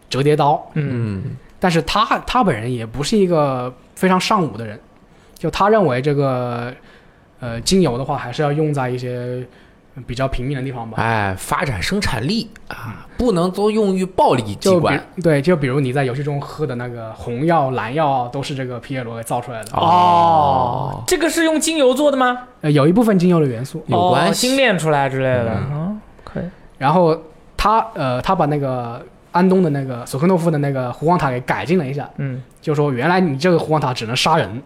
C: 折叠刀。
A: 嗯
B: 嗯，
C: 但是他他本人也不是一个非常尚武的人，就他认为这个呃精油的话，还是要用在一些比较平民的地方吧。
A: 啊
B: 哎，发展生产力啊，不能都用于暴力机
C: 就比
B: 关。
C: 对，就比如你在游戏中喝的那个红药、蓝药啊，都是这个皮耶罗给造出来的。
A: 哦，这个是用精油做的吗？
C: 呃，有一部分精油的元素。
B: 有
A: 哦
B: 关系嗯
A: 精炼出来之类的。哦，可以。
C: 然后他呃，他把那个安东的那个呃索科诺夫的那个湖光塔给改进了一下，
A: 嗯，
C: 就说原来你这个湖光塔只能杀人，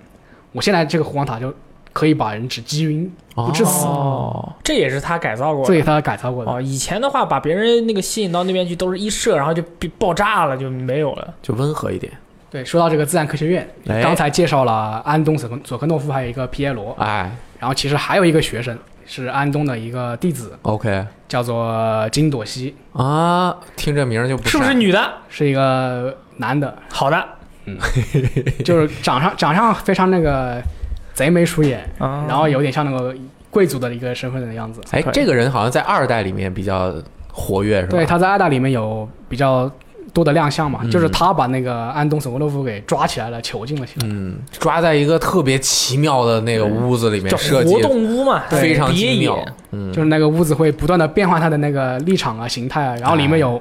C: 我现在这个湖光塔就可以把人只击晕，不致死。
A: 哦，这也是他改造过
C: 所以
A: 的。
C: 他改造过的。
A: 哦，以前的话把别人那个吸引到那边去，都是一射，然后就被爆炸了，就没有了。
B: 就温和一点。
C: 对，说到这个自然科学院，
B: 哎
C: 刚才介绍了安东索科索科诺夫，还有一个皮耶罗，
B: 哎
C: 然后其实还有一个学生是安东的一个弟子，
B: ，OK
C: 叫做金朵西，啊，
B: 听这名儿就不
A: 是不是女的？
C: 是一个男的，
A: 好的。
C: 就是长相长相非常那个贼眉鼠眼，
B: 哦
A: 啊
C: 然后有点像那个贵族的一个身份的样子。
B: 哎
A: 可，以
B: 这个人好像在二代里面比较活跃，是吧？
C: 对，他在二代里面有比较多的亮相嘛，
B: 嗯
C: 就是他把那个安东索沃洛夫给抓起来了，囚禁了起来。
B: 嗯，抓在一个特别奇妙的那个屋子里面
A: 叫
B: 设计
A: 活，动屋嘛，
B: 非常
A: 别野
B: 奇妙。嗯，
C: 就是那个屋子会不断的变换它的那个立场啊、形态啊，然后里面有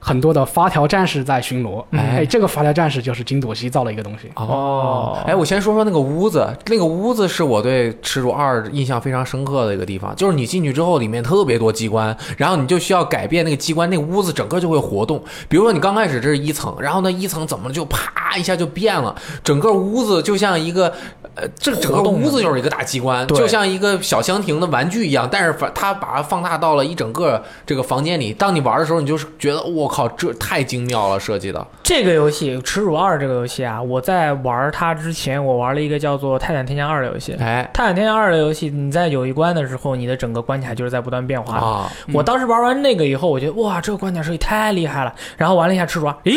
C: 很多的发条战士在巡逻。
B: 哎
C: 哎，这个发条战士就是金朵西造了一个东西。
A: 哦
B: 哎，我先说说那个屋子，那个屋子是我对《耻辱二》印象非常深刻的一个地方，就是你进去之后，里面特别多机关，然后你就需要改变那个机关，那个屋子整个就会活动。比如说你刚开始这是一层，然后呢一层怎么就啪一下就变了，整个屋子就像一个。呃，这整个
A: 活动的
B: 屋子就是一个大机关，
A: 对
B: 就像一个小香亭的玩具一样，但是反它把它放大到了一整个这个房间里。当你玩的时候，你就是觉得我靠，这太精妙了设计的。
A: 这个游戏《耻辱二》这个游戏啊，我在玩它之前，我玩了一个叫做《泰坦天降二》的游戏。《
B: 哎
A: 泰坦天降二》的游戏，你在有一关的时候，你的整个关卡就是在不断变化的。
B: 啊，
A: 我当时玩完那个以后，我觉得哇，这个关卡设计太厉害了。然后玩了一下《赤猪》，咦，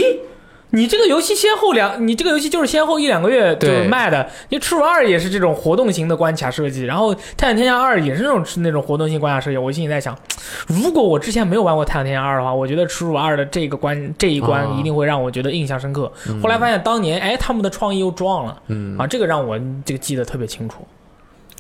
A: 你这个游戏先后两，你这个游戏就是先后一两个月就
B: 对
A: 卖的。因为《赤猪二》也是这种活动型的关卡设计，然后《泰坦天降二》也是那种那种活动性关卡设计。我心里在想，如果我之前没有玩过《泰坦天降二》的话，我觉得《赤猪二》的这个关这一关
B: 啊
A: 一定会让我觉得印象深刻。后来发现当年哎，他们的创意又撞了
B: 嗯
A: 啊，这个让我这个记得特别清楚。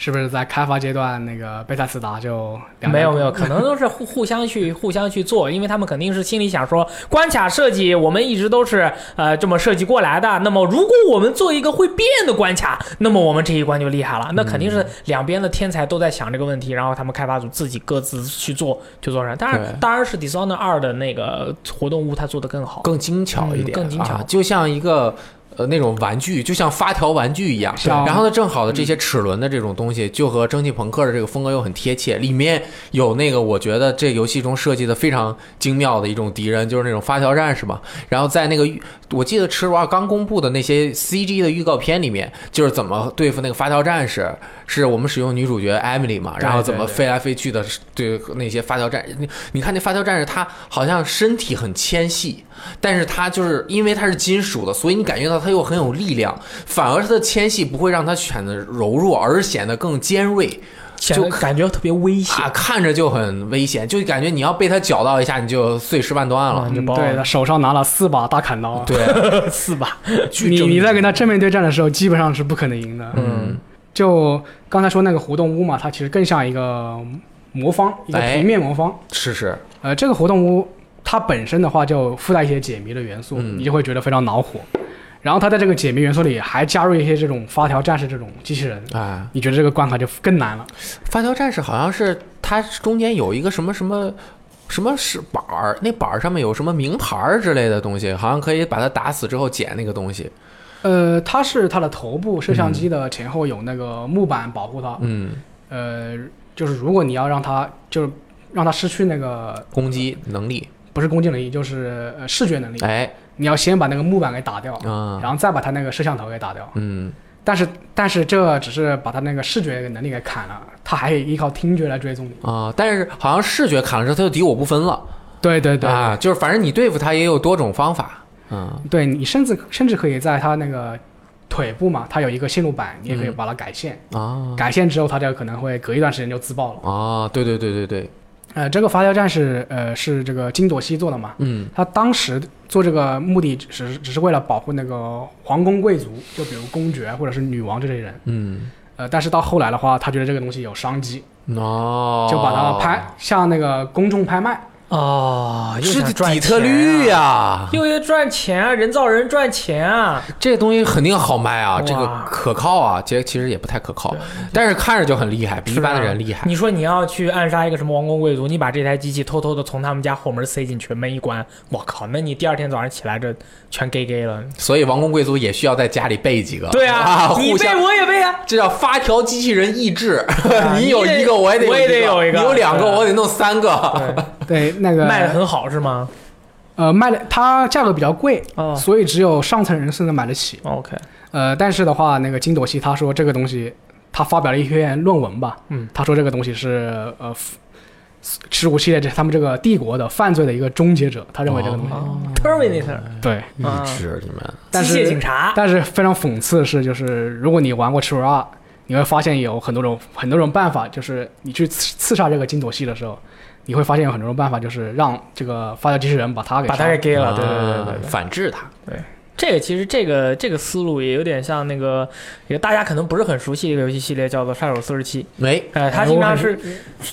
C: 是不是在开发阶段那个贝塞斯达就两
A: 没有没有，可能都是互互相去互相去做，因为他们肯定是心里想说，关卡设计我们一直都是呃这么设计过来的。那么如果我们做一个会变的关卡，那么我们这一关就厉害了。那肯
C: 嗯
A: 定是两边的天才都在想这个问题，然后他们开发组自己各自去做就做成。当然
B: 对
A: 当然是 Dishonor 二的那个活动屋它做得更好。
B: 更精巧一点，
A: 嗯更精巧
B: 啊，就像一个。呃，那种玩具就像发条玩具一样，
A: 啊
C: 像
B: 然后呢，正好的这些齿轮的这种东西，就和蒸汽朋克的这个风格又很贴切。里面有那个我觉得这游戏中设计的非常精妙的一种敌人，就是那种发条战士嘛。然后在那个预我记得《耻辱二》刚公布的那些 CG 的预告片里面，就是怎么对付那个发条战士，是我们使用女主角 Emily 嘛，
C: 对
B: 然后怎
C: 对
B: 么
C: 对
B: 飞来飞去的对那些发条战士。你你看那发条战士，他好像身体很纤细，但是它就是因为它是金属的，所以你感觉到它又很有力量，反而它的纤细不会让它显得柔弱，而显得更尖锐
A: 显得感觉特别危险
B: 啊，看着就很危险，就感觉你要被它搅到一下，你就碎尸万段了。
A: 啊，就
C: 嗯
A: 包 *laughs*
C: 对的，手上拿了四把大砍 *laughs* 刀。
B: 对，
A: 四吧，
B: 巨
C: 你
B: 正
C: 你在
B: 义
C: 跟他正面对战的时候，基本上是不可能赢的。
B: 嗯
C: 就刚才说那个活动屋嘛，它其实更像一个魔方，一个
B: 哎
C: 平面魔方。
B: 是是
C: 呃，这个活动屋它本身的话就附带一些解谜的元素，
B: 嗯
C: 你就会觉得非常恼火。然后它在这个解谜元素里还加入一些这种发条战士这种机器人，
B: 啊，
C: 你觉得这个关卡就更难了。
B: 发条战士好像是它中间有一个什么什么。什么是板儿？那板儿上面有什么名牌儿之类的东西，好像可以把它打死之后捡那个东西。
C: 呃，它是它的头部摄像机的前后有那个木板保护它，
B: 嗯，
C: 呃，就是如果你要让它就是让它失去那个
B: 攻击能力。
C: 不是攻击能力，就是呃视觉能力，
B: 哎，
C: 你要先把那个木板给打掉，
B: 啊，
C: 然后再把它那个摄像头给打掉。
B: 嗯，
C: 但是但是这只是把他那个视觉能力给砍了，他还依靠听觉来追踪你。
B: 啊，但是好像视觉砍了之后，它就敌我不分了。
C: 对对对，
B: 啊，就是反正你对付它也有多种方法。嗯，
C: 对你甚至甚至可以在他那个腿部嘛，他有一个线路板，你也可以
B: 嗯
C: 把它改线，
B: 啊，
C: 改线之后他就可能会隔一段时间就自爆了。
B: 啊，对对对对对，
C: 呃，这个发条战士呃是这个金朵西做的嘛，
B: 嗯，
C: 他当时做这个目的只是只是为了保护那个皇宫贵族，就比如公爵或者是女王这类人。
B: 嗯，
C: 呃，但是到后来的话，他觉得这个东西有商机，
B: 哦，
C: 就把它拍、向那个公众拍卖。
A: 哦，又
B: 是
A: 想赚
B: 底特律
A: 钱啊
B: 呀、
A: 又要赚钱啊，人造人赚钱啊。
B: 这东西肯定好卖啊，
A: 哇
B: 这个可靠啊，其实其实也不太可靠，但是看着就很厉害，比一般的人厉害。
A: 啊你说你要去暗杀一个什么王公贵族，你把这台机器偷偷的从他们家后门塞进去，门一关，我靠，那你第二天早上起来这全 gay gay
B: *laughs*
A: 了。
B: 所以王公贵族也需要在家里备几个，
A: 对
B: *laughs*
A: 啊，你
B: 互
A: 背
B: 相。
A: 我也背啊。
B: 这叫发条机器人意志，
A: *laughs* 啊
B: *laughs* 你有一个我也得
A: 我也得有一
B: 一
A: 个
B: 你有两个
A: 对啊
B: 我得弄三个。
A: 对，
C: 对，那个
A: 卖的很好是吗？
C: 呃，卖了它价格比较贵，
A: 哦
C: 所以只有上层人士能买得起。
A: ，OK，
C: 呃，但是的话，那个金朵西他说这个东西，他发表了一篇论文吧，
A: 嗯，
C: 他说这个东西是呃，耻辱系列这他们这个帝国的犯罪的一个终结者，他认为这个东西、
A: 哦，Terminator，
C: 对，
A: 啊
B: 意志，你们
C: 但
A: 机械警
C: 是
A: 察，
C: 但是非常讽刺的是，就是如果你玩过耻辱二，你会发现有很多种很多种办法，就是你去刺刺杀这个金斗系的时候，你会发现有很多种办法，就是让这个发条机器人把它给
A: 把
C: 杀
A: 他
C: 了
A: 给 gay 了，对对对对
B: 啊
A: 对。
B: 反制他，
A: 这个其实这个这个思路也有点像那个，也大家可能不是很熟悉一个游戏系列，叫做《杀手四十七》。
B: 没
A: 呃，它经常是，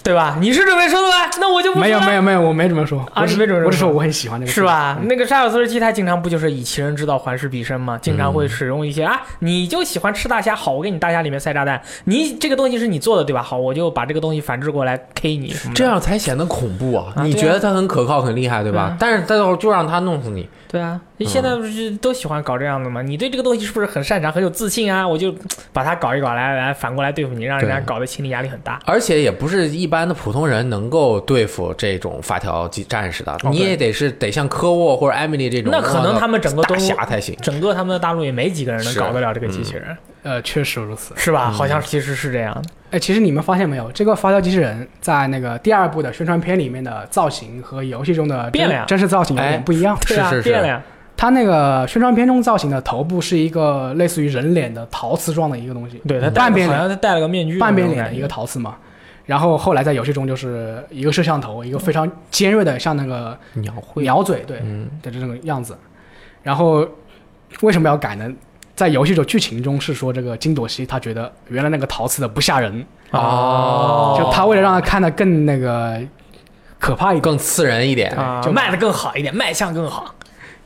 A: 对吧？你是准备说的吧？那我就不说
C: 没有
A: 了
C: 没有没有，我没怎么说，
A: 啊
C: 我只
A: 你没准么说
C: 我只说我很喜欢这个，
A: 是？吧？那个《杀手四十七》它经常不就是以其人之道还施彼身吗？经常会使用一些、啊，你就喜欢吃大虾，好，我给你大虾里面塞炸弹，你这个东西是你做的对吧？好，我就把这个东西反制过来 K 你什么的
B: 这样才显得恐怖啊！
A: 啊
B: 你
A: 对啊
B: 觉得他很可靠、很厉害，对吧？
A: 对啊
B: 但是到时候就让他弄死你，
A: 对啊，现在不是都喜欢搞这样的吗？你对这个东西是不是很擅长、很有自信啊？我就把它搞一搞来，来反过来对付你，让人家
B: 对
A: 搞得心理压力很大。
B: 而且也不是一般的普通人能够对付这种法条级战士的，
A: 哦对
B: 你也得是得像科沃或者艾米丽这种，
A: 那可能他们整个
B: 大
A: 东
B: 侠才行。
A: 整个他们的大陆也没几个人能
B: 是
A: 搞得了这个机器人，
C: 呃，确实如此。
A: 是吧？好像其实是这样的。
C: 哎，其实你们发现没有，这个发条机器人在那个第二部的宣传片里面的造型和游戏中的真
A: 变了呀
C: 真实造型有
B: 哎
C: 点不一样。
A: 对啊
B: 是，是
A: 变了呀。
C: 它那个宣传片中造型的头部是一个类似于人脸的陶瓷状的一个东西，
A: 对他戴了
C: 半边
A: 好
C: 脸
A: 像他戴了个面具，
C: 半边脸的一个。陶瓷嘛。然后后来在游戏中就是一个摄像头，一个非常尖锐的，像那个
B: 鸟
C: 鸟嘴对
B: 嗯，
C: 的这种样子。然后为什么要改呢？在游戏中剧情中是说这个金朵西他觉得原来那个陶瓷的不吓人，
B: 哦
C: 就他为了让他看得更那个可怕一点，
B: 更刺人一点。
A: 啊，
C: 就
A: 卖的更好一点，卖相更好。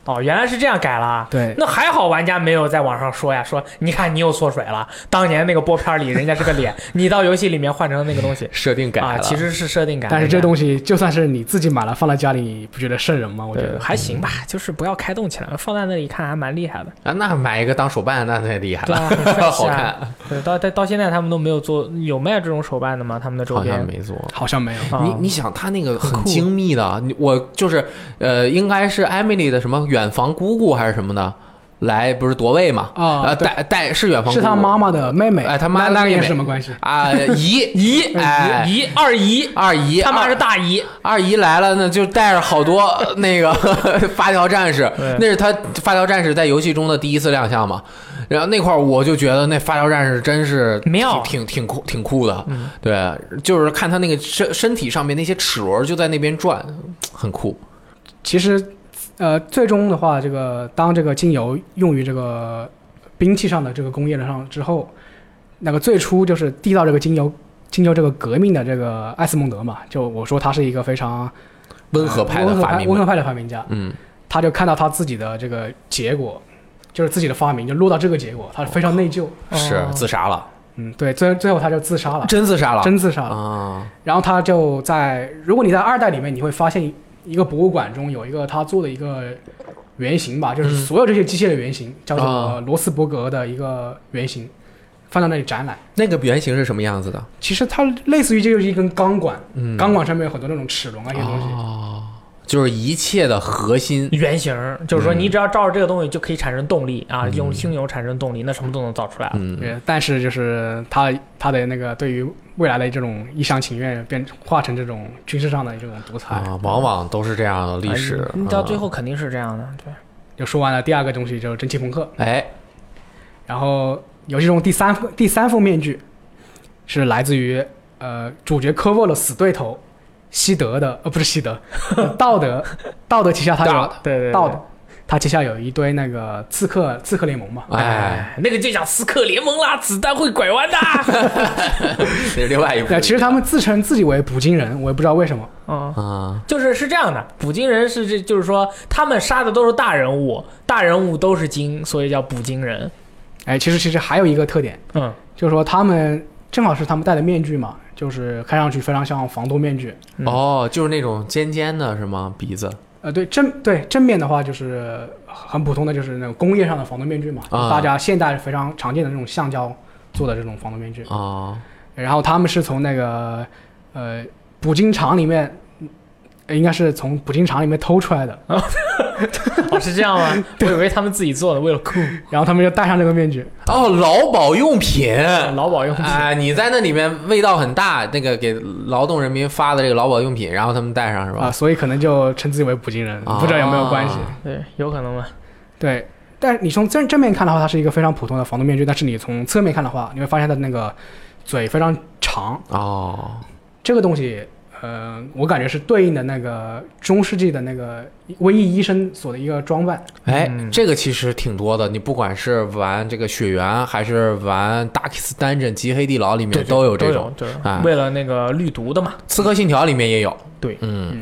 A: 哦，原来是这样改了。
C: 对
A: 那还好玩家没有在网上说呀，说你看你又缩水了，当年那个播片里人家是个 *laughs* 脸，你到游戏里面换成那个东西
B: 设定改了，
A: 啊，其实是设定改了。
C: 但是这东西就算是你自己买了放在家里，你不觉得瘆人吗？我觉
A: 对
C: 得
A: 还行吧，就是不要开动起来，放在那里看还蛮厉害的。
C: 嗯
B: 啊，那买一个当手办，那太厉害
A: 对
B: 了，
A: 啊，很
B: *laughs*
A: 帅气啊
B: 好看。
A: 对，到到到现在他们都没有做，有卖这种手办的吗？他们的周
B: 好像
A: 边？
B: 没做。
C: 好像没有。
A: 啊
B: 你你想，他那个很
A: 酷
B: 精密的，你我就是呃，应该是艾米丽的什么远房姑姑还是什么的，来不是夺位嘛？
C: 啊
B: 呃，
C: 对
B: 带带是远房姑
C: 是
B: 姑，
C: 他妈妈的妹妹，
B: 哎他妈的
C: 那那个
B: 妹妹
C: 有什么关系？
B: 啊，姨
A: *laughs*
B: 姨哎
A: 姨二姨，
B: 二姨，
A: 他妈
B: 二
A: 是大姨，
B: 二姨来了呢，就带着好
C: *laughs*
B: 多呃那个 *laughs* 发条战士
A: 对，
B: 那是他发条战士在游戏中的第一次亮相嘛。然后那块儿我就觉得那发条战士真是挺
A: 妙
B: 挺挺酷，挺酷的。
C: 嗯
B: 对，就是看他那个身身体上面那些齿轮就在那边转，很酷。
C: 其实，呃，最终的话，这个当这个精油用于这个兵器上的这个工业上之后，那个最初就是缔造这个精油精油这个革命的这个艾斯蒙德嘛，就我说他是一个非常
B: 温和派
C: 温
B: 的
C: 和
B: 发
C: 派
B: 明
C: 温
B: 嘛，
C: 和派的发明家，
B: 嗯，
C: 他就看到他自己的这个结果，就是自己的发明就落到这个结果，他非常内疚，
B: 是
A: 哦
B: 自杀了，
C: 嗯，对，最最后他就自杀了，
B: 真自杀了，
C: 啊真自杀了。
B: 啊，
C: 然后他就在，如果你在二代里面，你会发现一个博物馆中有一个他做的一个原型吧，就是所有这些机械的原型，
B: 嗯
C: 叫
B: 啊
C: 做罗斯伯格的一个原型，放到那里展览。
B: 那个原型是什么样子的？
C: 其实它类似于这就是一根钢管，
B: 嗯，
C: 钢管上面有很多那种齿轮啊，一些东西。
B: 哦，就是一切的核心
A: 原型儿，就是说你
B: 嗯
A: 只要照着这个东西就可以产生动力啊，用精油产生动力，那什么都能造出来了。
B: 嗯
C: 嗯对，但是就是他他的那个对于未来的这种一厢情愿，变化成这种军事上的这种独裁。
B: 啊，往往都是这样的历史
A: 嗯
B: 啊嗯
A: 哎。你到最
B: 后，
A: 后肯定是这样的，对，
C: 就说完了第二个东西，就是蒸汽朋克。
B: 哎，
C: 然后游戏中第三副第三副面具是来自于呃主角科沃的死对头西德的，呃不是 *laughs* 西德，道德道德旗下他有
A: 对对
C: 道德，他旗下有一堆那个刺客刺客联盟嘛。
B: 哎，
A: 哎，那个就叫刺客联盟啦，子弹会拐弯的。啊
B: *laughs* 哎这是另外一部
C: 对，其实他们自称自己为捕鲸人，我也不知道为什么。
A: 嗯，
B: 啊，
A: 就是是这样的，捕鲸人是这，就是说他们杀的都是大人物，大人物都是鲸，所以叫捕鲸人。
C: 哎，其实其实还有一个特点，
A: 嗯，
C: 就是说他们正好是他们戴的面具嘛，就是看上去非常像防毒面具。
A: 嗯
B: 哦，就是那种尖尖的是吗？鼻子
C: 呃，对正对正面的话就是很普通的，就是那种工业上的防毒面具嘛，
B: 啊
C: 大家现代非常常见的那种橡胶做的这种防毒面具。
A: 啊
B: 哦，
C: 然后他们是从那个呃捕鲸场里面，呃应该是从捕鲸场里面偷出来的，
A: 哦，是这样
B: *laughs*
A: 吗？我以为他们自己做的，为了酷，
C: 然后他们就戴上这个面具。
B: 哦，劳保用品。
A: 劳保用品。
B: 啊，你在那里面味道很大，那个给劳动人民发的这个劳保用品，然后他们带上是
C: 啊，
B: 吧？
C: 所以可能就称自己为捕鲸人，不知道有没有关系。
B: 啊
A: 对，有可能吧。
C: 对，但你从正正面看的话，它是一个非常普通的防毒面具，但是你从侧面看的话，你会发现它的那个嘴非常长。
A: 啊
B: 哦，
C: 这个东西，呃，我感觉是对应的那个中世纪的那个瘟疫医生所的一个装扮。
B: 哎
A: 嗯，
B: 这个其实挺多的。你不管是玩这个血缘，还是玩《Darkest Dungeon》极黑地牢
A: 对
B: 里面，
A: 对
B: 都有这
A: 都
B: 种
A: 有。，对
B: 啊，
A: 为了那个绿毒的嘛，
B: 《刺客信条》里面也有。
A: 对
B: 嗯，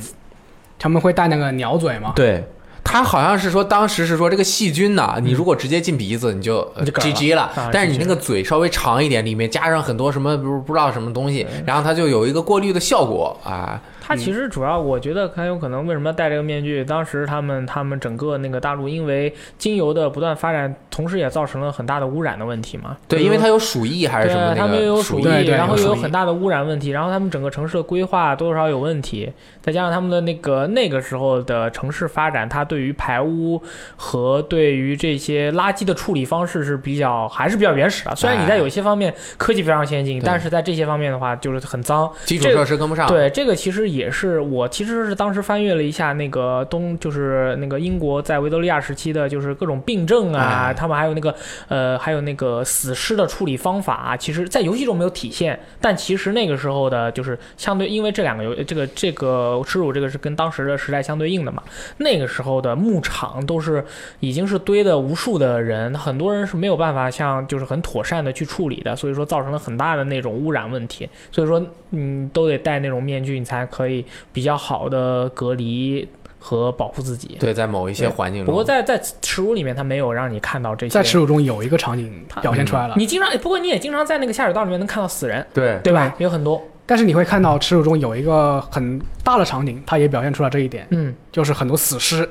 C: 他们会戴那个鸟嘴嘛？
B: 对。他好像是说，当时是说这个细菌呐，你如果直接进鼻子，你就呃
A: 嗯你就嗝了啊
B: GG 了。但是你
A: GG
B: 那个嘴稍微长一点，里面加上很多什么不不知道什么东西，然后它就有一个过滤的效果啊。
A: 它其实主要，我觉得很有可能为什么戴这个面具，当时他们他们整个那个大陆，因为精油的不断发展，同时也造成了很大的污染的问题嘛。
B: 对，
A: 比
B: 因
A: 如
B: 为它有鼠疫还
A: 嗯
B: 是
A: 对
B: 什么
A: 啊，
B: 那
A: 他们
B: 个
A: 也有
B: 鼠
A: 鼠
B: 疫
A: 疫，
C: 对对
A: 然后
C: 有
A: 也有
C: 鼠疫
A: 很大的污染问题，然后他们整个城市的规划多多少少有问题，再加上他们的那个那个时候的城市发展，它对于排污和对于这些垃圾的处理方式是比较还是比较原始的。虽然你在有些方面科技非常先进，
B: 哎对
A: 但是在这些方面的话就是很脏。
B: 基础设施跟不上。
A: 对，这个其实也是我其实是当时翻阅了一下那个东，就是那个英国在维多利亚时期的，就是各种病症啊，
B: 哎
A: 他们还有那个呃，还有那个死尸的处理方法、啊，其实在游戏中没有体现，但其实那个时候的就是相对，因为这两个游这个这个耻辱这个是跟当时的时代相对应的嘛，那个时候的牧场都是已经是堆的无数的人，很多人是没有办法像就是很妥善的去处理的，所以说造成了很大的那种污染问题。所以说，嗯，都得戴那种面具，你才可以比较好的隔离和保护自己。
B: 对，在某一些环境中。
A: 不过在在耻辱里面，它没有让你看到这些。
C: 嗯在耻辱中有一个场景表现出来了，
A: 你经常，哎不过你也经常在那个下水道里面能看到死人，
B: 对
A: 对吧？有很多，
C: 但是你会看到耻辱中有一个很大的场景，它也表现出来这一点，
A: 嗯，
C: 就是很多死尸，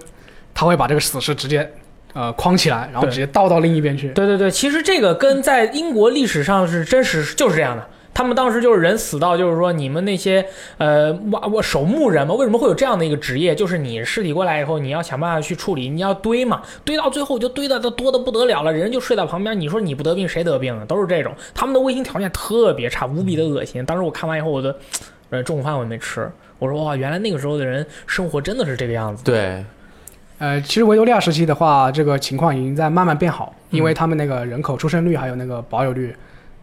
C: 他会把这个死尸直接呃框起来，然后
A: 对
C: 直接倒到另一边去。
A: 对对对，其实这个跟在英国历史上是真实，就是这样的。他们当时就是人死到，就是说你们那些呃挖挖守墓人嘛，为什么会有这样的一个职业？就是你尸体过来以后，你要想办法去处理，你要堆嘛，堆到最后就堆的都多的不得了了，人就睡到旁边，你说你不得病谁得病啊？都是这种，他们的卫sinh条件特别差，无比的恶心。当时我看完以后，我的呃中午饭我也没吃，我说哇，原来那个时候的人生活真的是这个样子。
B: 对，
C: 呃，其实维多利亚时期的话，这个情况已经在慢慢变好，
A: 嗯
C: 因为他们那个人口出生率还有那个保有率，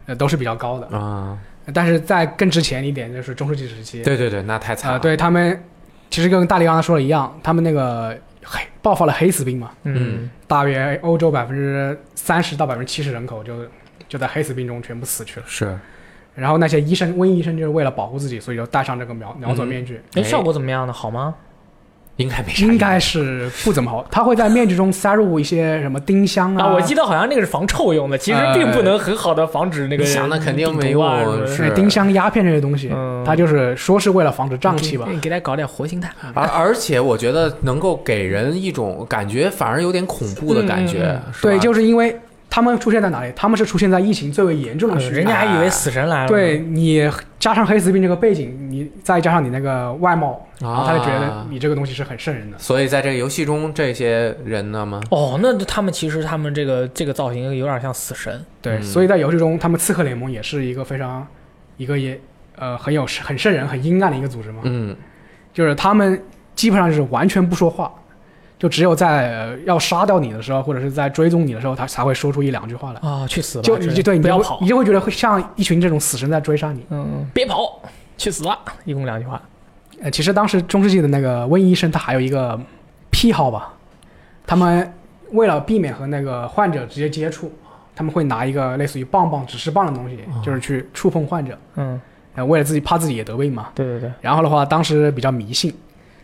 C: 呃，都是比较高的。
B: 啊，
C: 但是在更之前一点，就是中世纪时期，
B: 对对对，那太惨
C: 啊、
B: 了。
C: 对他们其实跟大力刚才说的一样，他们那个黑爆发了黑死病嘛，
A: 嗯，
C: 大约欧洲百分之三十到百分之七十人口就就在黑死病中全部死去了。
B: 是 *laughs*
C: 然后那些医生，瘟疫医生就是为了保护自己，所以就戴上这个苗苗族面具，
A: 哎，
B: 哎
A: 效果怎么样呢？好吗？
B: 应该没啥。
C: 应该是不怎么好。他会在面具中塞入一些什么丁香啊，
A: 啊，哎我记得好像那个是防臭用的，其实并不能很好的防止那个
B: 你想的肯定没
A: 病毒啊什么
B: 用，
A: 的
B: 是
C: 丁香鸦片这些东西，
A: 嗯
C: 它就是说是为了防止胀气吧
A: 你。给他搞点活性炭。
B: 而而且我觉得能够给人一种感觉，反而有点恐怖的感觉，
A: 嗯
B: 是吧
C: 对，就是因为他们出现在哪里？他们是出现在疫情最为严重的区域。
A: 嗯人家还以为死神来了。
C: 对，你加上黑死病这个背景，你再加上你那个外貌，然后他就觉得
B: 啊
C: 你这个东西是很瘆人的。
B: 所以在这个游戏中，这些人呢吗？
A: 哦，那他们其实他们这个这个造型有点像死神。
C: 对，
B: 嗯
C: 所以在游戏中，他们刺客联盟也是一个非常一个也呃很有很瘆人、很阴暗的一个组织嘛。
B: 嗯，
C: 就是他们基本上是完全不说话，就只有在、呃要杀掉你的时候，或者是在追踪你的时候，他才会说出一两句话来。
A: 啊，去死吧！
C: 就
A: 这
C: 你就对你
A: 不
C: 就
A: 要
C: 会
A: 跑
C: 你，就会觉得会像一群这种死神在追杀你。
A: 嗯，别跑，去死吧！一共两句话。
C: 呃，其实当时中世纪的那个瘟疫医生，他还有一个癖好吧，他们为了避免和那个患者直接接触，他们会拿一个类似于棒棒、指示棒的东西，就是去触碰患者，
A: 嗯，
C: 呃，为了自己怕自己也得病嘛。
A: 对对对，
C: 然后的话，当时比较迷信，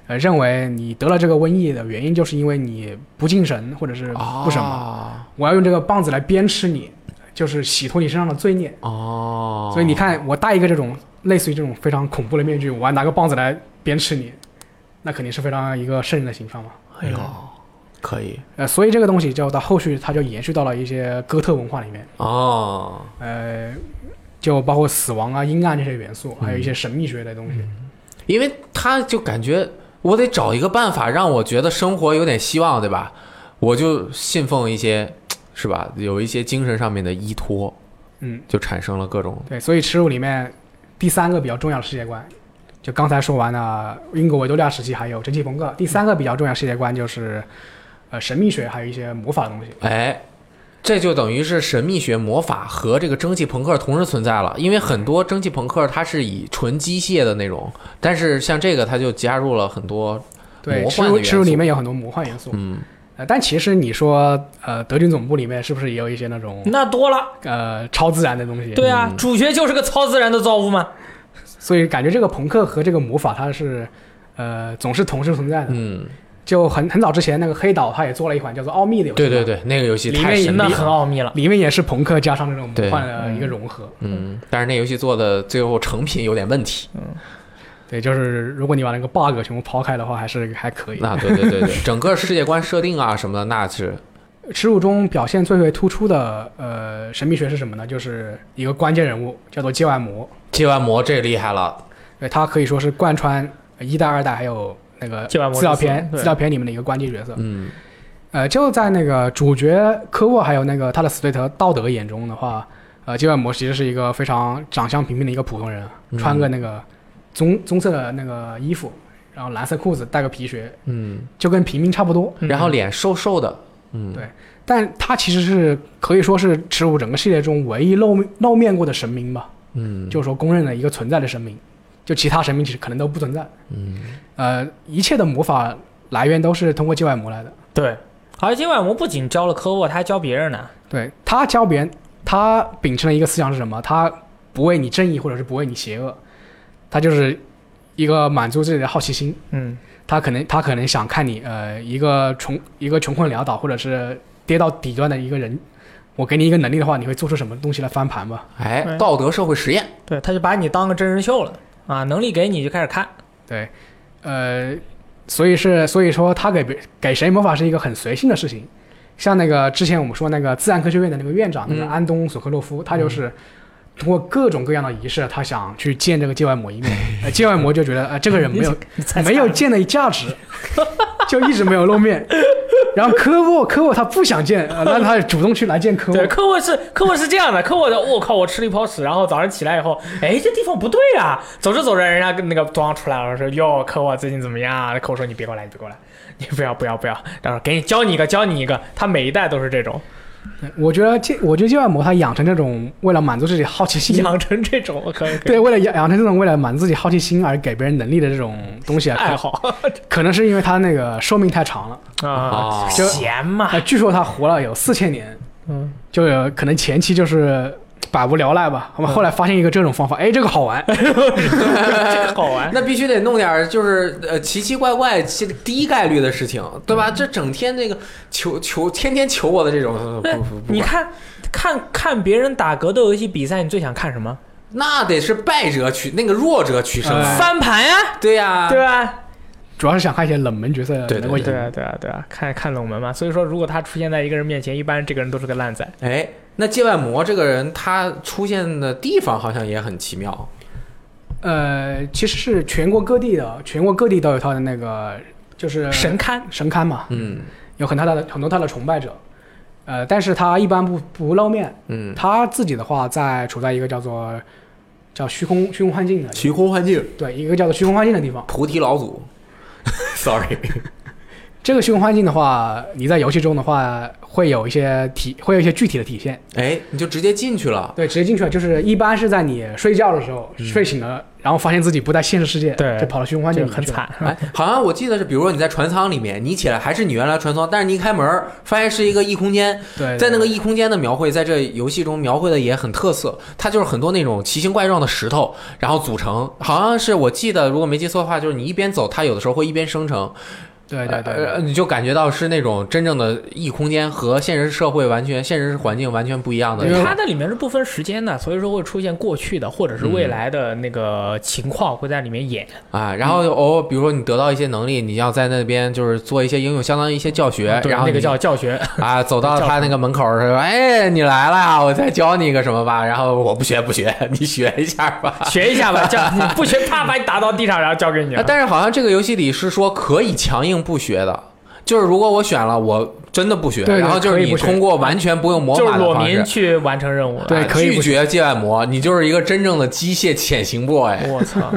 C: 呃，认为你得了这个瘟疫的原因就是因为你不敬神或者是不什么，
B: 么
C: 我要用这个棒子来鞭笞你，就是洗脱你身上的罪孽。
B: 哦，
C: 所以你看，我戴一个这种类似于这种非常恐怖的面具，我还拿个棒子来鞭笞你，那肯定是非常一个瘆人的形象嘛。
B: 哎呦，可以
C: 呃，所以这个东西就到后续它就延续到了一些哥特文化里面，
B: 哦，
C: 呃，就包括死亡啊、阴暗这些元素，还有一些神秘学的东西。
B: 因为他就感觉我得找一个办法让我觉得生活有点希望，对吧？我就信奉一些，是吧？有一些精神上面的依托，
C: 嗯，
B: 就产生了各种
C: 对，所以耻辱里面第三个比较重要的世界观，就刚才说完了英国维多利亚时期还有蒸汽朋克，第三个比较重要的世界观就是，呃神秘学，还有一些魔法的东西。
B: 哎，这就等于是神秘学、魔法和这个蒸汽朋克同时存在了，因为很多蒸汽朋克它是以纯机械的那种，但是像这个它就加入了很多，
C: 对，
B: 魔
C: 耻
B: 幻的
C: 辱
B: 元
C: 耻辱
B: 素
C: 里面有很多魔幻元素。
B: 嗯，
C: 呃，但其实你说，呃，德军总部里面是不是也有一些那
B: 嗯
C: 种
A: 那多了。
C: 呃超自然的东西？
A: 对啊，主角就是个超自然的造物嘛。
C: 所以感觉这个朋克和这个魔法它是，呃，总是同时存在的。
B: 嗯，
C: 就很很早之前那个黑岛，它也做了一款叫做《奥秘》的游戏，
B: 对对，对，那个游戏
C: 里面
B: 太
C: 也
B: 神秘
A: 那很
B: 了，
A: 奥秘了。
C: 里面也是朋克加上那种
B: 对
C: 魔幻的一个融合。
B: 嗯，但是那游戏做的最后成品有点问题，
C: 对，就是如果你把那个 bug 全部抛开的话，还是还
A: 哎
C: 可以。
B: 那对对对对，整个世界观设定啊什么的，那是
C: 耻辱中表现最为突出的呃神秘学是什么呢？就是一个关键人物叫做接外魔，
B: 接完魔这厉害了，
C: 对，呃他可以说是贯穿一代、二代还有那个
A: 接外魔
C: 资料
A: 之死
C: 片
A: 对
C: 资料片里面的一个关键角色。
B: 嗯
C: 呃，就在那个主角科沃还有那个他的斯推特道德眼中的话，呃，接外魔其实是一个非常长相平平的一个普通人，啊
B: 嗯
C: 穿个那个棕棕色的那个衣服，然后蓝色裤子，戴个皮靴，
B: 嗯，
C: 就跟平民差不多。
A: 嗯
B: 然后脸瘦瘦的，嗯，
C: 对但他其实是可以说是耻辱整个系列中唯一露面露面过的神明吧，
B: 嗯，
C: 就是说公认的一个存在的神明，就其他神明其实可能都不存在。
B: 嗯
C: 呃，一切的魔法来源都是通过界外魔来的。
A: 对，而今晚我不仅教了科沃，他还教别人呢。
C: 对他教别人，他秉承的一个思想是什么？他不为你正义，或者是不为你邪恶，他就是一个满足自己的好奇心。
A: 嗯，
C: 他可能他可能想看你呃一个穷一个穷困潦倒，或者是跌到底端的一个人，我给你一个能力的话，你会做出什么东西来翻盘吧？
B: 哎，
A: 哎
B: 道德社会
A: *laughs*
B: 实验，
A: 对，他就把你当个真人秀了啊，能力给你就开始看。
C: 对，呃，所以是所以说他给别给谁魔法是一个很随性的事情。像那个之前我们说那个自然科学院的那个院长，那个
B: 嗯
C: 安东索科洛夫，他就是
A: 嗯
C: 通过各种各样的仪式，他想去见这个界外魔一面。呃界外魔就觉得呃这个人没有
A: *laughs* 你猜
C: 没有见的价值， *laughs* 就一直没有露面。然后科沃科沃他不想见，呃那他主动去来见科沃
A: 对，。科沃是科沃是这样的，科沃的，我靠，我吃了一泡屎，然后早上起来以后，哎，这地方不对啊，走着走着，人家跟那个装出来了，说哟，科沃最近怎么样啊？科沃说你别过来，你别过来，你不要不要不要，然后给你教你一个，教你一个，他每一代都是这种，
C: 我觉得界我觉得界外魔他养成这种为了满足自己好奇心，
A: 养成这种，我可以
C: 嗯对，为了养养成这种为了满足自己好奇心而给别人能力的这种东西啊，
A: 嗯爱
C: 可
A: 好
C: *laughs* 可能是因为他那个寿命太长了，
A: 啊，
B: 就
A: 闲嘛
C: 啊，，据说他活了有四千年，
A: 嗯，
C: 就有可能前期就是百无聊赖吧。
A: 嗯
C: 我们后来发现一个这种方法，哎，这
A: *laughs*
C: 个好玩，呃
A: 这个好玩，
B: 那必须得弄点儿就是呃奇奇怪怪、奇低概率的事情，对
A: 嗯
B: 吧？这整天这个求求天天求我的这种，呃
A: 对
B: 不不不
A: 你
B: 管
A: 看看看别人打格斗游戏比赛，你最想看什么？
B: 那得是败者取那个弱者取胜，
C: 哎
A: 翻盘呀，
B: 对呀，
A: 对啊吧？
C: 主要是想看一些冷门角色
B: 对对
C: 能够赢
A: 对。啊，对啊，对啊，看看冷门嘛。所以说，如果他出现在一个人面前，一般这个人都是个烂仔。
B: 哎，那界外魔这个人他出现的地方好像也很奇妙，
C: 呃，其实是全国各地的，全国各地都有他的那个就是
A: 神龛，
C: 神龛嘛，
B: 嗯
C: 有很大的很多他的崇拜者。呃，但是他一般不不露面，
B: 嗯，
C: 他自己的话在处在一个叫做叫虚空虚空幻境的地方，
B: 虚空幻境，
C: 对，一个叫做虚空幻境的地方。
B: 菩提老祖，sorry，
C: 这个虚空幻境的话，你在游戏中的话会有一些体，会有一些具体的体现。
B: 哎，你就直接进去了，
C: 对，直接进去了，啊就是一般是在你睡觉的时候、睡醒了，然后发现自己不在现实世界，
A: 对
C: 就跑到虚空幻境
A: 就
C: 里去
A: 很
C: 了。
A: 惨。
B: 哎，好像我记得是，比如说你在船舱里面，你起来还是你原来船舱，但是你一开门儿发现是一个异空间，
C: 对，
B: 在那个
C: 对
B: 异空间的描绘，在这游戏中描绘的也很特色，它就是很多那种奇形怪状的石头，然后组成，好像是我记得，如果没记错的话，就是你一边走，它有的时候会一边生成，
C: 对对对
B: 呃
C: 对，
B: 你就感觉到是那种真正的异空间和现实社会完全、现实环境完全不一样的
C: 因
B: 那
C: 为
B: 种。
A: 它那里面是不分时间的，所以说会出现过去的或者是未来的那个情况会在里面演。
B: 啊，然后偶尔比如说你得到一些能力，你要在那边就是做一些应用相当于一些教学，
A: 对
B: 然后
A: 那个
B: 你
A: 叫教学，
B: 啊，走到他那个门口儿说：“哎，你来了，我再教你一个什么吧。”然后我不学不学， *laughs* 你学一下吧。
A: 学一下吧，教不学啪把你打到地上，然后交给你
B: 啊 *laughs*
A: 了。
B: 但是好像这个游戏里是说可以强硬不学的，就是如果我选了，我真的不学，
C: 对对
B: 然后就是
C: 可以
B: 你
C: 不学
B: 通过完全不用魔
A: 就
B: 法
A: 是
B: 的
A: 裸
B: 方式
A: 民，去完成任务了。
C: 对
B: 啊
C: 可以
B: 拒
C: 不
B: 绝界外魔，你就是一个真正的机械潜行 boy。
A: 我操！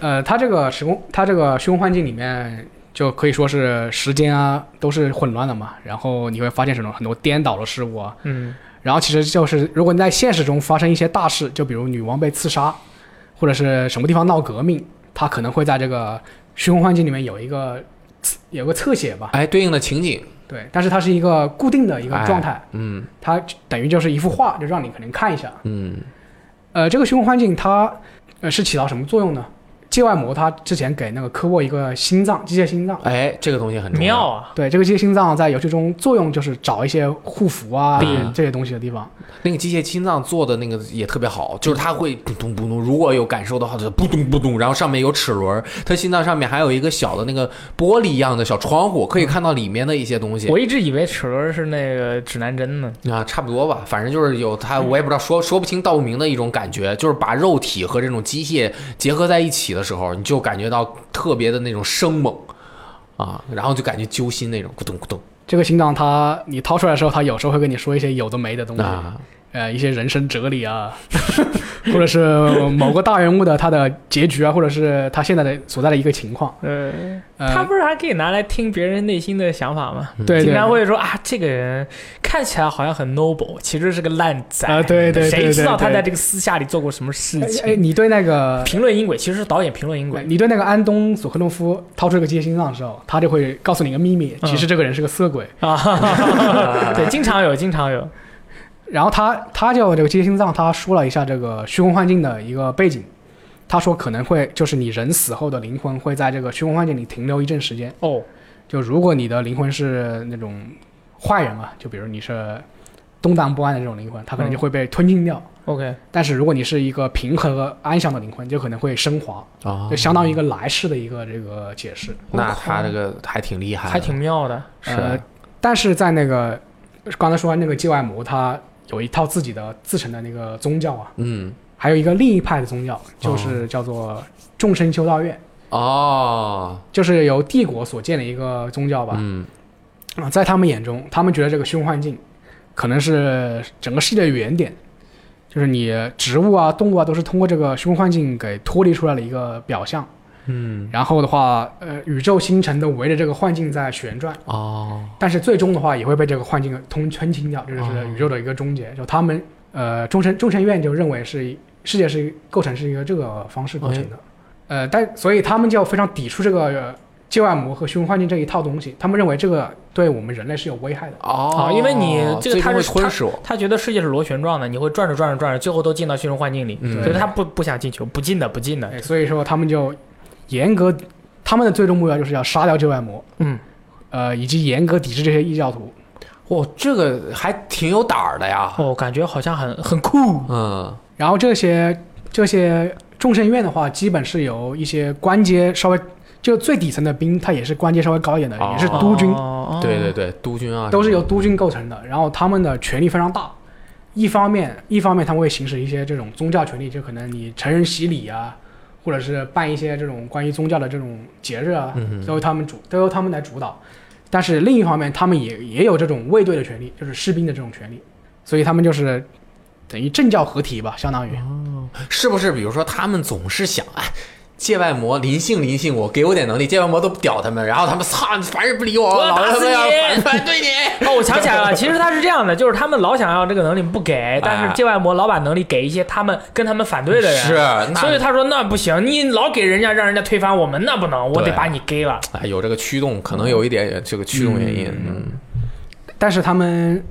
C: 呃，它这个时空，它这个虚空幻境里面，就可以说是时间啊都是混乱的嘛。然后你会发现什么很多颠倒的事物啊。
A: 嗯，
C: 然后其实就是如果你在现实中发生一些大事，就比如女王被刺杀，或者是什么地方闹革命，它可能会在这个虚空幻境里面有一个呃有个侧写吧。
B: 哎，对应的情景，
C: 对，但是它是一个固定的一个状态，
B: 嗯
C: 它等于就是一幅画，就让你可能看一下。
B: 嗯，
C: 呃，这个虚空幻境它呃是起到什么作用呢？界外魔他之前给那个科沃一个心脏，机械心脏。
B: 哎，这个东西很重
A: 妙
B: 要，
A: 啊！
C: 对，这个机械心脏在游戏中作用就是找一些护符啊、
B: 嗯
C: 这些东西的地方。
B: 那个机械心脏做的那个也特别好，就是它会扑通扑通，如果有感受的话，就扑通扑通，然后上面有齿轮儿，它心脏上面还有一个小的那个玻璃一样的小窗户，可以看到里面的一些东西。
A: 我一直以为齿轮是那个指南针呢。
B: 啊，差不多吧，反正就是有它，我也不知道说说不清道不明的一种感觉，就是把肉体和这种机械结合在一起的时候，你就感觉到特别的那种生猛啊，然后就感觉揪心那种，咕咚咕咚
C: 这个心脏它你掏出来的时候，它有时候会跟你说一些有的没的东西，
B: 啊，
C: 呃，一些人生哲理啊， *laughs* 或者是某个大人物的他的结局啊，或者是他现在的所在的一个情况。
A: 呃，
C: 呃，
A: 他不是还可以拿来听别人内心的想法吗？
B: 嗯
C: 对
A: 经
C: 对
A: 常会说啊，这个人看起来好像很 noble，其实是个烂仔。
C: 啊对对对
A: 谁知道他
C: 对对
A: 在这个私下里做过什么事
C: 哎哎，
A: 情？
C: 你对那个
A: 评论音轨其实是导演评论音轨
C: 哎，你对那个安东索克诺夫掏出一个机械心脏的时候，他就会告诉你一个秘密，
A: 嗯
C: 其实这个人是个色鬼。
A: 啊，哈哈哈啊 *laughs*
B: *laughs*
A: 对，经常有，经常有。
C: 然后他他就这个机械心脏，他说了一下这个虚空幻境的一个背景。他说可能会就是你人死后的灵魂会在这个虚空幻境里停留一阵时间。
A: 哦，
C: 就如果你的灵魂是那种坏人啊嘛，就比如你是动荡不安的这种灵魂，他可能就会被吞进掉。
A: OK，
C: 但是如果你是一个平和安详的灵魂，就可能会升华，
B: 啊
C: 就相当于一个来世的一个这个解释。
B: 那他这个还挺厉害的，
A: 还挺妙的。
B: 是
C: 呃，但是在那个刚才说那个界外魔，他有一套自己的自成的那个宗教啊，
B: 嗯
C: 还有一个另一派的宗教，就是叫做众生修道院，
B: 哦
C: 就是由帝国所建的一个宗教吧。
B: 嗯
C: 啊、在他们眼中，他们觉得这个虚空幻境可能是整个世界的原点，就是你植物啊、动物啊都是通过这个虚空幻境给脱离出来的一个表象。
B: 嗯
C: 然后的话，呃，宇宙星辰都围着这个幻境在旋转。
B: 哦
C: 但是最终的话也会被这个幻境通吞清掉，这就
B: 哦
C: 是宇宙的一个终结。就他们呃，众神众神院就认为是世界是构成是一个这个方式构成的，呃，但所以他们就非常抵触这个呃界外魔和虚空幻境这一套东西，他们认为这个对我们人类是有危害的。
B: 哦，
A: 因为你这个
B: 最终
A: 他是
B: 会吞噬我，
A: 他觉得世界是螺旋状的，你会转着转着转着，最后都进到虚荣幻境里，
B: 嗯
A: 所以他不不想进球，不进的不进的。
C: 哎，所以说他们就严格，他们的最终目标就是要杀掉界外魔，
A: 嗯，
C: 呃，以及严格抵制这些异教徒。
B: 哇，这个还挺有胆儿的呀，
A: 哦，感觉好像很很酷。
B: 嗯
C: 然后这些这些众圣院的话，基本是由一些官阶稍微就最底层的兵，他也是官阶稍微高一点的，
B: 哦
C: 也是督军，
A: 哦
B: 对对，对，督军啊
C: 都是由督军构成的。然后他们的权力非常大，一方面一方面他们会行使一些这种宗教权利，就可能你成人洗礼啊，或者是办一些这种关于宗教的这种节日啊，
B: 嗯哼
C: 都由他们主都由他们来主导。但是另一方面，他们也也有这种卫队的权利，就是士兵的这种权利，所以他们就是等于政教合体吧，相当于。
B: 哦是不是？比如说，他们总是想，哎，界外魔临幸临幸我，给我点能力，界外魔都不屌他们，然后他们操，你凡是不理我，
A: 我要
B: 老
A: 打
B: 子
A: 死
B: 他
A: 你
B: 妈要反反对你。
A: 哦，我想起来了，其实他是这样的，就是他们老想要这个能力不
B: 哎
A: 给，但是界外魔老把能力给一些他们跟他们反对的人，
B: 是，，啊那
A: 所以他说那不行，你老给人家让人家推翻我们，那不能，我得
B: 对
A: 把你给了。哦
B: 哎有这个驱动，可能有一点这个驱动原因。嗯，
C: 但是他们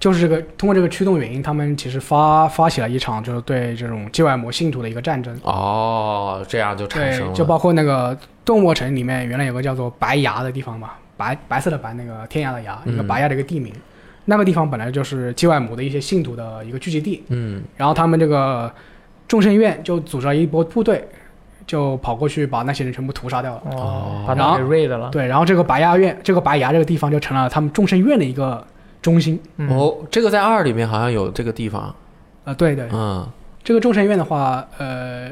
C: 就是这个通过这个驱动原因，他们其实发发起了一场就是对这种界外魔信徒的一个战争。
B: 哦，这样就产生
C: 对，
B: 了，
C: 就包括那个洞卧城里面原来有个叫做白崖的地方嘛，白白色的白，那个天涯的涯，一个
B: 嗯
C: 白崖的一个地名。那个地方本来就是界外魔的一些信徒的一个聚集地，
B: 嗯
C: 然后他们这个众圣院就组织了一波部队，就跑过去把那些人全部屠杀掉了。
A: 哦
B: 哦，
A: 把他给 raid 了。
C: 对，然后这个白崖院，这个白崖这个地方就成了他们众圣院的一个中心。
A: 嗯，
B: 哦，这个在二里面好像有这个地方，
C: 啊，对对，
B: 嗯
C: 这个众神院的话，呃，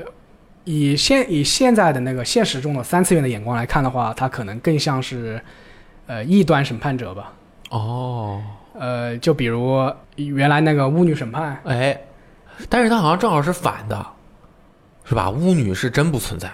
C: 以现以现在的那个现实中的三次元的眼光来看的话，它可能更像是呃异端审判者吧。
B: 哦，
C: 呃，就比如原来那个巫女审判，
B: 哎，但是他好像正好是反的，是吧？巫女是真不存在，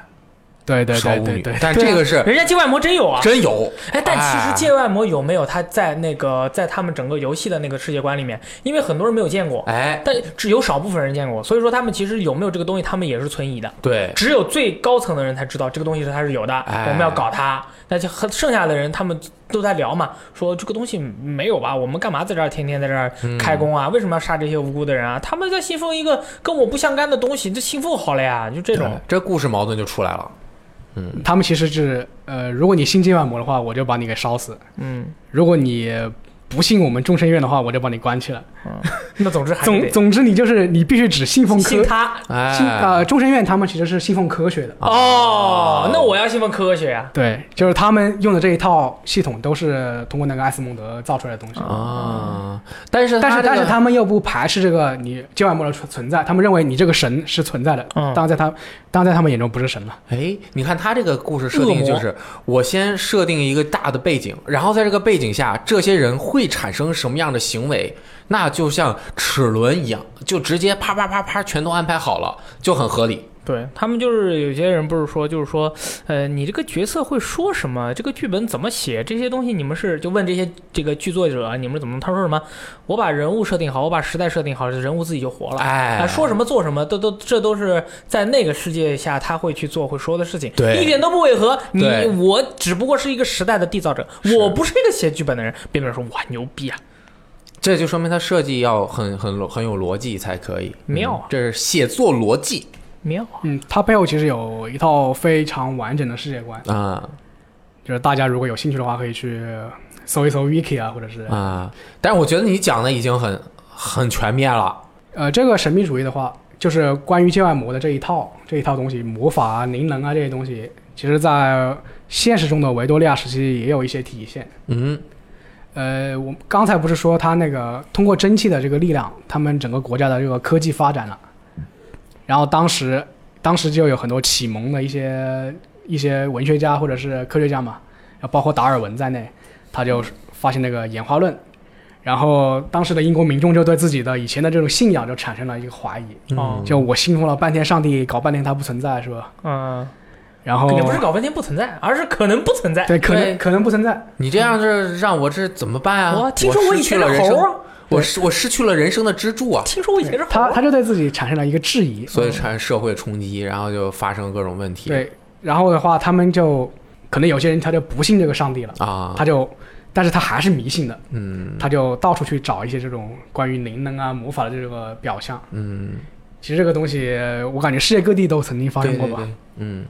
C: 对对
B: 少
C: 对
B: 舞
C: 对
B: 女
C: 对，，
B: 但这个是
A: 人家界外魔真有啊。
B: 真有，
A: 哎，但其
B: 哎
A: 实界外魔有没有？他在那个在他们整个游戏的那个世界观里面，因为很多人没有见过，
B: 哎，
A: 但只有少部分人见过，所以说他们其实有没有这个东西，他们也是存疑的。
B: 对，
A: 只有最高层的人才知道这个东西是它是有的，
B: 哎
A: 我们要搞它。那就和剩下的人他们都在聊嘛，说这个东西没有吧，我们干嘛在这儿天天在这儿开工啊？为什么要杀这些无辜的人啊？他们在信奉一个跟我不相干的东西，这信奉好了呀，就这种。
B: 这故事矛盾就出来了。
C: 他们其实是呃，如果你信界外魔的话，我就把你给烧死；
A: 嗯，
C: 如果你不信我们众生院的话，我就把你关起来。
A: 那总之还
C: 总
A: 是
C: 总之，你就是你必须只信奉
A: 得
C: 科
A: 信他。啊
C: 信
B: 哎
C: 呃，，众生院他们其实是信奉科学的，
A: 哦，那我要信奉科学啊呀、
C: 对，就是他们用的这一套系统都是通过那个艾斯蒙德造出来的
A: 呃
C: 东西。
B: 啊，但是
C: 但是
B: 这
C: 但是
B: 个
C: 他们又不排斥这个你界外魔的存存在，他们认为你这个神是存在的，
A: 嗯
C: 当然在他当然在他们眼中不是神了。
B: 哎，你看他这个故事设定就是，我先设定一个大的背景，然后在这个背景下，这些人会产生什么样的行为？那就像齿轮一样，就直接啪啪啪啪全都安排好了，就很合理。
A: 对他们就是有些人不是说，就是说，呃，你这个角色会说什么？这个剧本怎么写？这些东西你们是就问这些这个剧作者，你们是怎么？他说什么？我把人物设定好，我把时代设定好，人物自己就活了。
B: 哎
A: 啊，，说什么做什么，都都这都是在那个世界下他会去做会说的事情，
B: 对
A: 一点都不违和。你
B: 对
A: 我只不过是一个时代的缔造者，
B: 是
A: 我不是一个写剧本的人。别别人说哇牛逼啊，
B: 这就说明他设计要很很很有逻辑才可以。
A: 妙啊
B: 嗯这是写作逻辑
A: 妙啊！
C: 嗯，他背后其实有一套非常完整的世界观，
B: 啊
C: 就是大家如果有兴趣的话，可以去搜一搜 wiki 啊，或者是
B: 啊！但是我觉得你讲的已经很很全面了。
C: 呃，这个神秘主义的话，就是关于界外魔的这一套这一套东西，魔法啊、灵能啊这些东西，其实在现实中的维多利亚时期也有一些体现。
B: 嗯，
C: 呃，我刚才不是说他那个通过蒸汽的这个力量，他们整个国家的这个科技发展了，然后当时当时就有很多启蒙的一些一些文学家或者是科学家嘛，包括达尔文在内，他就发现那个演化论，然后当时的英国民众就对自己的以前的这种信仰就产生了一个怀疑，
B: 嗯
A: 哦
C: 就我信奉了半天上帝，搞半天他不存在是吧？
A: 嗯，
C: 然后
A: 也不是搞半天不存在，而是可能不存在。
C: 对，可
B: 对
C: 能可能不存在，
B: 你这样是让我这怎么办啊？
A: 我听说
B: 我
A: 我
B: 失
A: 以
B: 去
A: 前
B: 了
A: 是
B: 人
A: 猴
B: 生
A: 啊，
B: 我失我失去了人生的支柱啊，
A: 听说我以前是猴
C: 他
A: 啊。
C: 他就对自己产生了一个质疑，
B: 所以产生社会冲击，然后就发生各种问题。
C: 对，然后的话，他们就可能有些人他就不信这个上帝了，
B: 啊，
C: 他就，但是他还是迷信的，
B: 嗯
C: 他就到处去找一些这种关于灵能啊、魔法的这个表象。
B: 嗯，
C: 其实这个东西，我感觉世界各地都曾经发
B: 对
C: 生过
B: 对
C: 吧。
B: 对，嗯，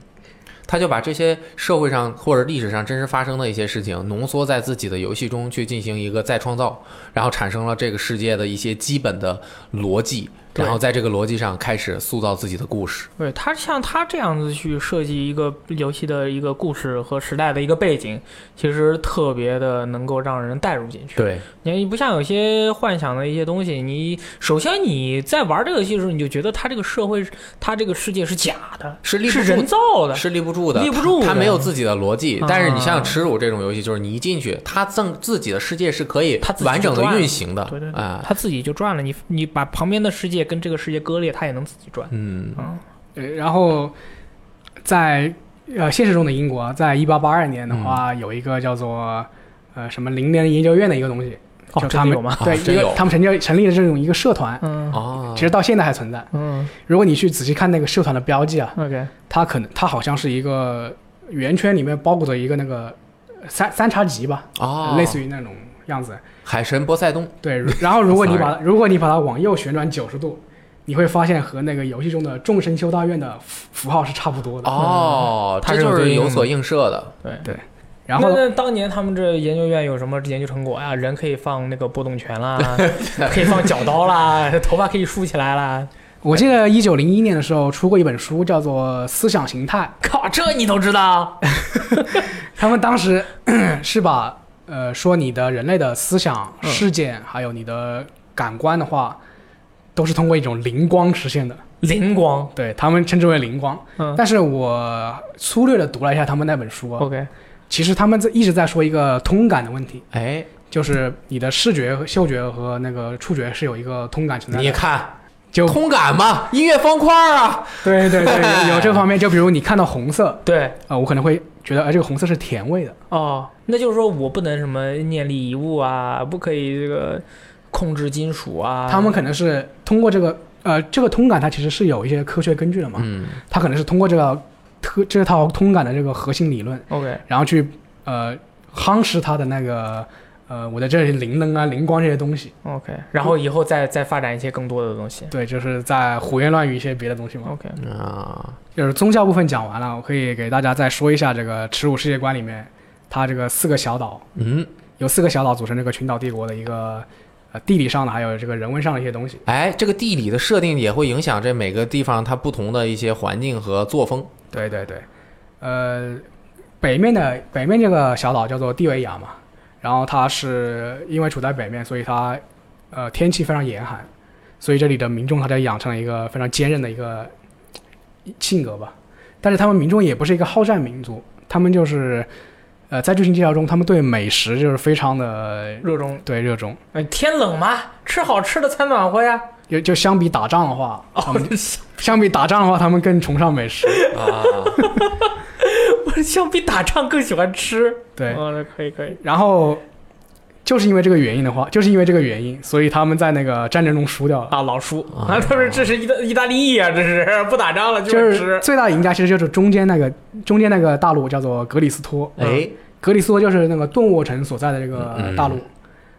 B: 他就把这些社会上或者历史上真实发生的一些事情浓缩在自己的游戏中去进行一个再创造，然后产生了这个世界的一些基本的逻辑，
A: 对
B: 然后在这个逻辑上开始塑造自己的故事。
A: 对他像他这样子去设计一个游戏的一个故事和时代的一个背景，其实特别的能够让人带入进去。
B: 对，
A: 你不像有些幻想的一些东西，你首先你在玩这个游戏的时候，你就觉得它这个社会、它这个世界是假的，
B: 是立不
A: 是
B: 住
A: 人造的。
B: 是立不住的，
A: 立不住的
B: 他他没有自己的逻辑。
A: 啊
B: 但是你像耻辱这种游戏，就是你一进去，他正自己的世界是可以
A: 他自己
B: 完整的
A: 就转了
B: 运行的。
A: 对对对
B: 啊，
A: 他自己就转了，你你把旁边的世界跟这个世界割裂，他也能自己转。
B: 嗯
A: 嗯，
C: 呃然后在呃现实中的英国，在一八八二年的话，
B: 嗯
C: 有一个叫做呃什么灵能研究院的一个东西，
A: 哦，
C: 就
A: 真
C: 他
A: 的
C: 们、
A: 有吗？
C: 对
B: 哦
C: 一
B: 真
C: 个
B: 有
C: 他们成立成立了这种一个社团，
A: 嗯
B: 哦
C: 其，实到现在还存在。
A: 嗯
C: 如果你去仔细看那个社团的标记啊，
A: ，OK，
C: 它可能它好像是一个圆圈里面包裹着一个那个三三叉戟吧，
B: 哦，
C: 类似于那种样子。
B: 海神波塞冬
C: 对，如然后如果你把它如果你把它往右旋转九十度，你会发现和那个游戏中的众神修道院的符符号是差不多的。
B: 哦，
A: 它嗯
B: 这
A: 是有
B: 就
A: 对
B: 是
A: 应的
B: 有所映射的。
A: 对。
C: 然后
A: 那那当年他们这研究院有什么研究成果呀、人可以放那个波动拳
C: *laughs*
A: 啦，可以放绞刀啦，头发可以梳起来啦。
C: 我记得一九零一年的时候出过一本书，叫做《思想形态
A: 靠，这你都知道？》，
C: 他们当时 *clears throat* 是把呃说你的人类的思想、
A: 嗯
C: 事件，还有你的感官的话，都是通过一种灵光实现的。
A: 灵光
C: 对他们称之为灵光。
A: 嗯
C: 但是我粗略的读了一下他们那本书
B: 哦
C: 啊，
A: ，OK，
C: 其实他们在一直在说一个通感的问题，
B: 哎，
C: 就是你的视觉、嗅觉和那个触觉是有一个通感存在
B: 你
C: 的。
B: 看，
C: 就
B: 通感嘛，音乐方块啊，
C: 对对对，有有这方面，就比如你看到红色
A: 对，
C: 啊、我可能会觉得，哎，这个红色是甜味的，
A: 哦，那就是说我不能什么念力遗物啊，不可以这个控制金属啊。
C: 他们可能是通过这个呃这个通感，它其实是有一些科学根据的嘛，
B: 嗯，
C: 它可能是通过这个特这套通感的这个核心理论，
A: OK，
C: 然后去呃夯实它的那个呃我的这些灵能啊灵光这些东西，
A: OK，然后以后再再发展一些更多的东西。
C: 对，就是在胡言乱语一些别的东西嘛。
A: OK，
B: 啊，
C: 就是宗教部分讲完了，我可以给大家再说一下这个耻辱世界观里面，它这个四个小岛
B: 嗯，
C: 由四个小岛组成这个群岛帝国的一个呃地理上的还有这个人文上的一些东西。
B: 哎，这个地理的设定也会影响这每个地方它不同的一些环境和作风。
C: 对对对，呃，北面的北面这个小岛叫做蒂维亚嘛，然后它是因为处在北面，所以它呃天气非常严寒，所以这里的民众他就养成了一个非常坚韧的一个性格吧。但是他们民众也不是一个好战民族，他们就是呃在剧情介绍中，他们对美食就是非常的
A: 热衷。
C: 对热衷，
A: 哎，天冷嘛，吃好吃的才暖和呀。
C: 就就相比打仗的话，他
A: 哦
C: 们，相比打仗的话，他们更崇尚美食。
A: *laughs*
B: 啊，
A: 我相比打仗更喜欢吃。
C: 对，
A: 哦，那可以可以。
C: 然后就是因为这个原因的话，就是因为这个原因，所以他们在那个战争中输掉了。
A: 啊，老叔
B: 啊
A: 啊， *laughs* 他们这是意大意大利裔啊，这是不打仗了
C: 就
A: 就是
C: 是
A: 吃。
C: 最大赢家其实就是中间那个中间那个大陆叫做格里斯托，
B: 哎，
C: 格里斯托就是那个顿沃城所在的这
A: 嗯
C: 个大陆，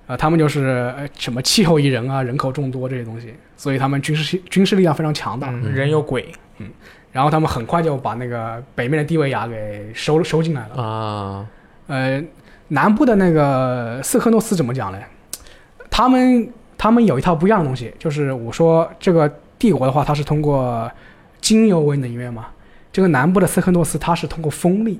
C: 呃，他们就是呃什么气候宜人啊，人口众多这些东西，所以他们军事军事力量非常强大。
A: 嗯，人有鬼。
C: 然后他们很快就把那个北面的地维亚给收收进来了。
B: 啊，
C: 呃，南部的那个斯科诺斯怎么讲呢？他们他们有一套不一样的东西，就是我说这个帝国的话，它是通过精油为能源嘛。这个南部的斯科诺斯，它是通过风力，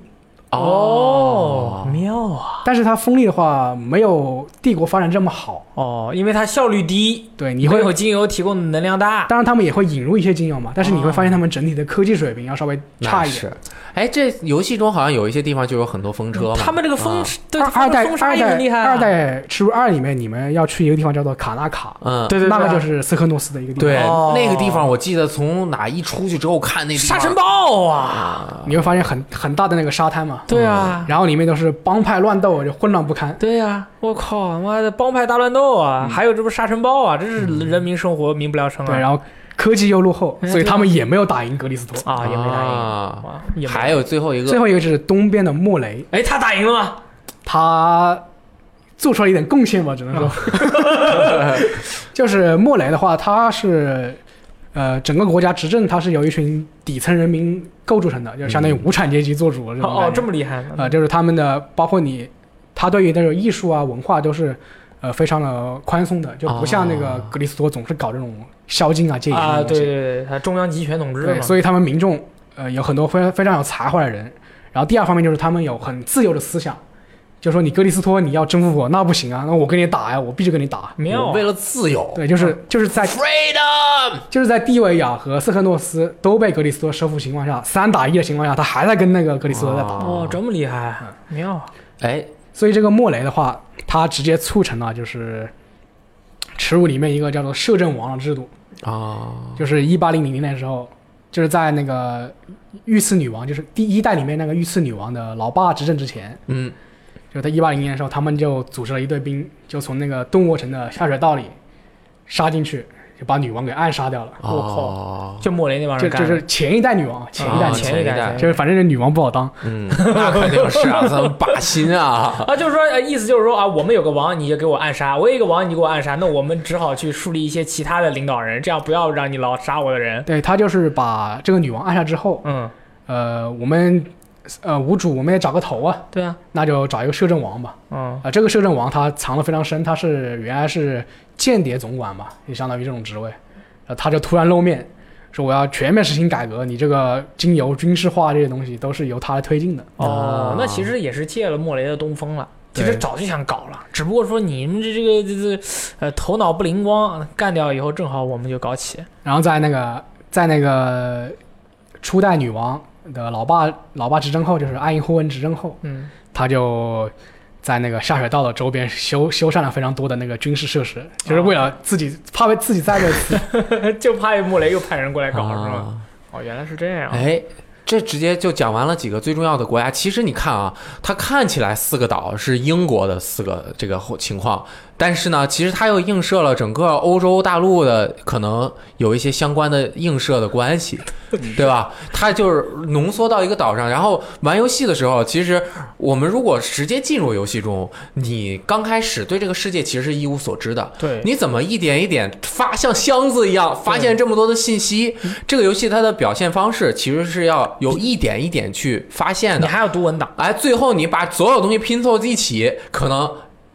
A: 哦，妙啊！
C: 但是它风力的话没有帝国发展这么好。
A: 哦，因为它效率低，
C: 对，你
A: 你会
C: 会
A: 有精油提供的能量大。
C: 当然他们也会引入一些精油嘛，但是你会
A: 哦
C: 发现他们整体的科技水平要稍微差
B: 那
C: 一点
B: 是。。哎，这游戏中好像有一些地方就有很多风车嘛。
A: 嗯他们这个风
B: 啊，
A: 对
C: 二
A: 他
C: 二
A: 们
C: 代
A: 风
C: 二
A: 沙也很厉
C: 代
A: 害啊。
C: 二代《耻辱二》里面，你们要去一个地方叫做卡纳卡，
B: 嗯，
A: 对对对
C: 那个
A: 啊
C: 就是斯科诺斯的一个地方。
B: 对，
A: 哦
B: 那个地方我记得从哪一出去之后看那地
A: 沙
B: 方
A: 尘暴啊！
B: 啊，
C: 你会发现很很大的那个沙滩嘛，
A: 对啊，
C: 嗯然后里面都是帮派乱斗，就混乱不堪。
A: 对呀、我靠，妈的帮派大乱斗啊，还有这不沙尘暴啊，这是人民生活民不聊生啊。
C: 对，然后科技又落后，
A: 哎
C: 所以他们也没有打赢格里斯托。
A: 啊也没打赢，
B: 啊
A: 哇也没
B: 还有最后一
C: 最
B: 个
C: 后一个就是东边的莫雷，
A: 哎他打赢了吗？
C: 他做出了一点贡献吧，只能说，就是莫雷的话，他是。呃，整个国家执政，他是由一群底层人民构筑成的，就相当于无产阶级做主了这种
A: 哦
C: 感
A: 哦
C: 觉
A: 这么厉害呢
C: 呃，就是他们的，包括你，他对于那种艺术啊、文化都是，呃，非常的宽松的，就不像那个
B: 哦
C: 格里斯托总是搞这种宵禁啊、戒严
A: 啊
C: 的东
A: 对
C: 西
A: 对对，他中央集权统治
C: 对，
A: 嘛。
C: 所以他们民众呃有很多非常非常有才华的人。然后第二方面就是他们有很自由的思想，就说你格里斯托你要征服我那不行啊，那我跟你打呀，我必须跟你打。
A: 妙
B: 我
A: 啊，
B: 为了自由
C: 对，就是就是在
B: ，freedom，
C: 就是在蒂维亚和斯科诺斯都被格里斯托收复情况下，三打一的情况下，他还在跟那个格里斯托在打。
A: 哦这么厉害，妙
C: 嗯
A: 啊
B: 哎，
C: 所以这个莫雷的话，他直接促成了就是耻辱里面一个叫做摄政王的制度，
B: 啊，
C: 就是一八零零年的时候，就是在那个御赐女王，就是第一代里面那个御赐女王的老爸执政之前，
B: 嗯，
C: 就在一八零年的时候，他们就组织了一队兵，就从那个顿沃城的下水道里杀进去，就把女王给暗杀掉了。
A: 我靠
B: 哦，
A: 就莫雷那帮
C: 这
A: 人干
C: 这
A: 的。
C: 是前一代女王，前一代
B: 啊
C: 女王，
A: 前一
B: 前一代
A: 代，
C: 就是反正这女王不好当。
B: 嗯，那肯定是啊，咱们把心
A: *laughs*
B: 啊，
A: 啊，就是说，呃意思就是说啊，我们有个王，你就给我暗杀；我有一个王，你就给我暗杀。那我们只好去树立一些其他的领导人，这样不要让你老杀我的人。
C: 对他就是把这个女王暗杀之后，
A: 嗯，
C: 呃，我们呃无主，我们也找个头啊，
A: 对啊，
C: 那就找一个摄政王吧。
A: 嗯
C: 啊、，这个摄政王他藏的非常深，他是原来是间谍总管嘛，也相当于这种职位。呃，他就突然露面，说我要全面实行改革，你这个经由军事化这些东西都是由他来推进的。
A: 哦
B: 啊，
A: 那其实也是借了莫雷的东风了。其
C: 对
A: 实早就想搞了，只不过说你们这这个这这，呃，头脑不灵光，干掉以后正好我们就搞起。
C: 然后在那个在那个初代女王的老爸老爸执政后，就是爱因霍温执政后，
A: 嗯，
C: 他就在那个下水道的周边修修缮了非常多的那个军事设施，就是为了自己怕被自己
A: *laughs*
C: 在被死。
A: *laughs* 就怕莫雷又派人过来搞，是吗？
B: 啊，
A: 哦，原来是这样。
B: 哎，这直接就讲完了几个最重要的国家。其实你看啊，它看起来四个岛是英国的四个这个后情况，但是呢，其实它又映射了整个欧洲大陆的可能有一些相关的映射的关
A: *laughs*
B: 系，对吧？它就是浓缩到一个岛上。然后玩游戏的时候，其实我们如果直接进入游戏中，你刚开始对这个世界其实是一无所知的，
A: 对，
B: 你怎么一点一点发像箱子一样发现这么多的信息？这个游戏它的表现方式其实是要有一点一点去发现
A: 你
B: 的。
A: 还要读文档，
B: 哎，最后你把所有东西拼凑一起，可能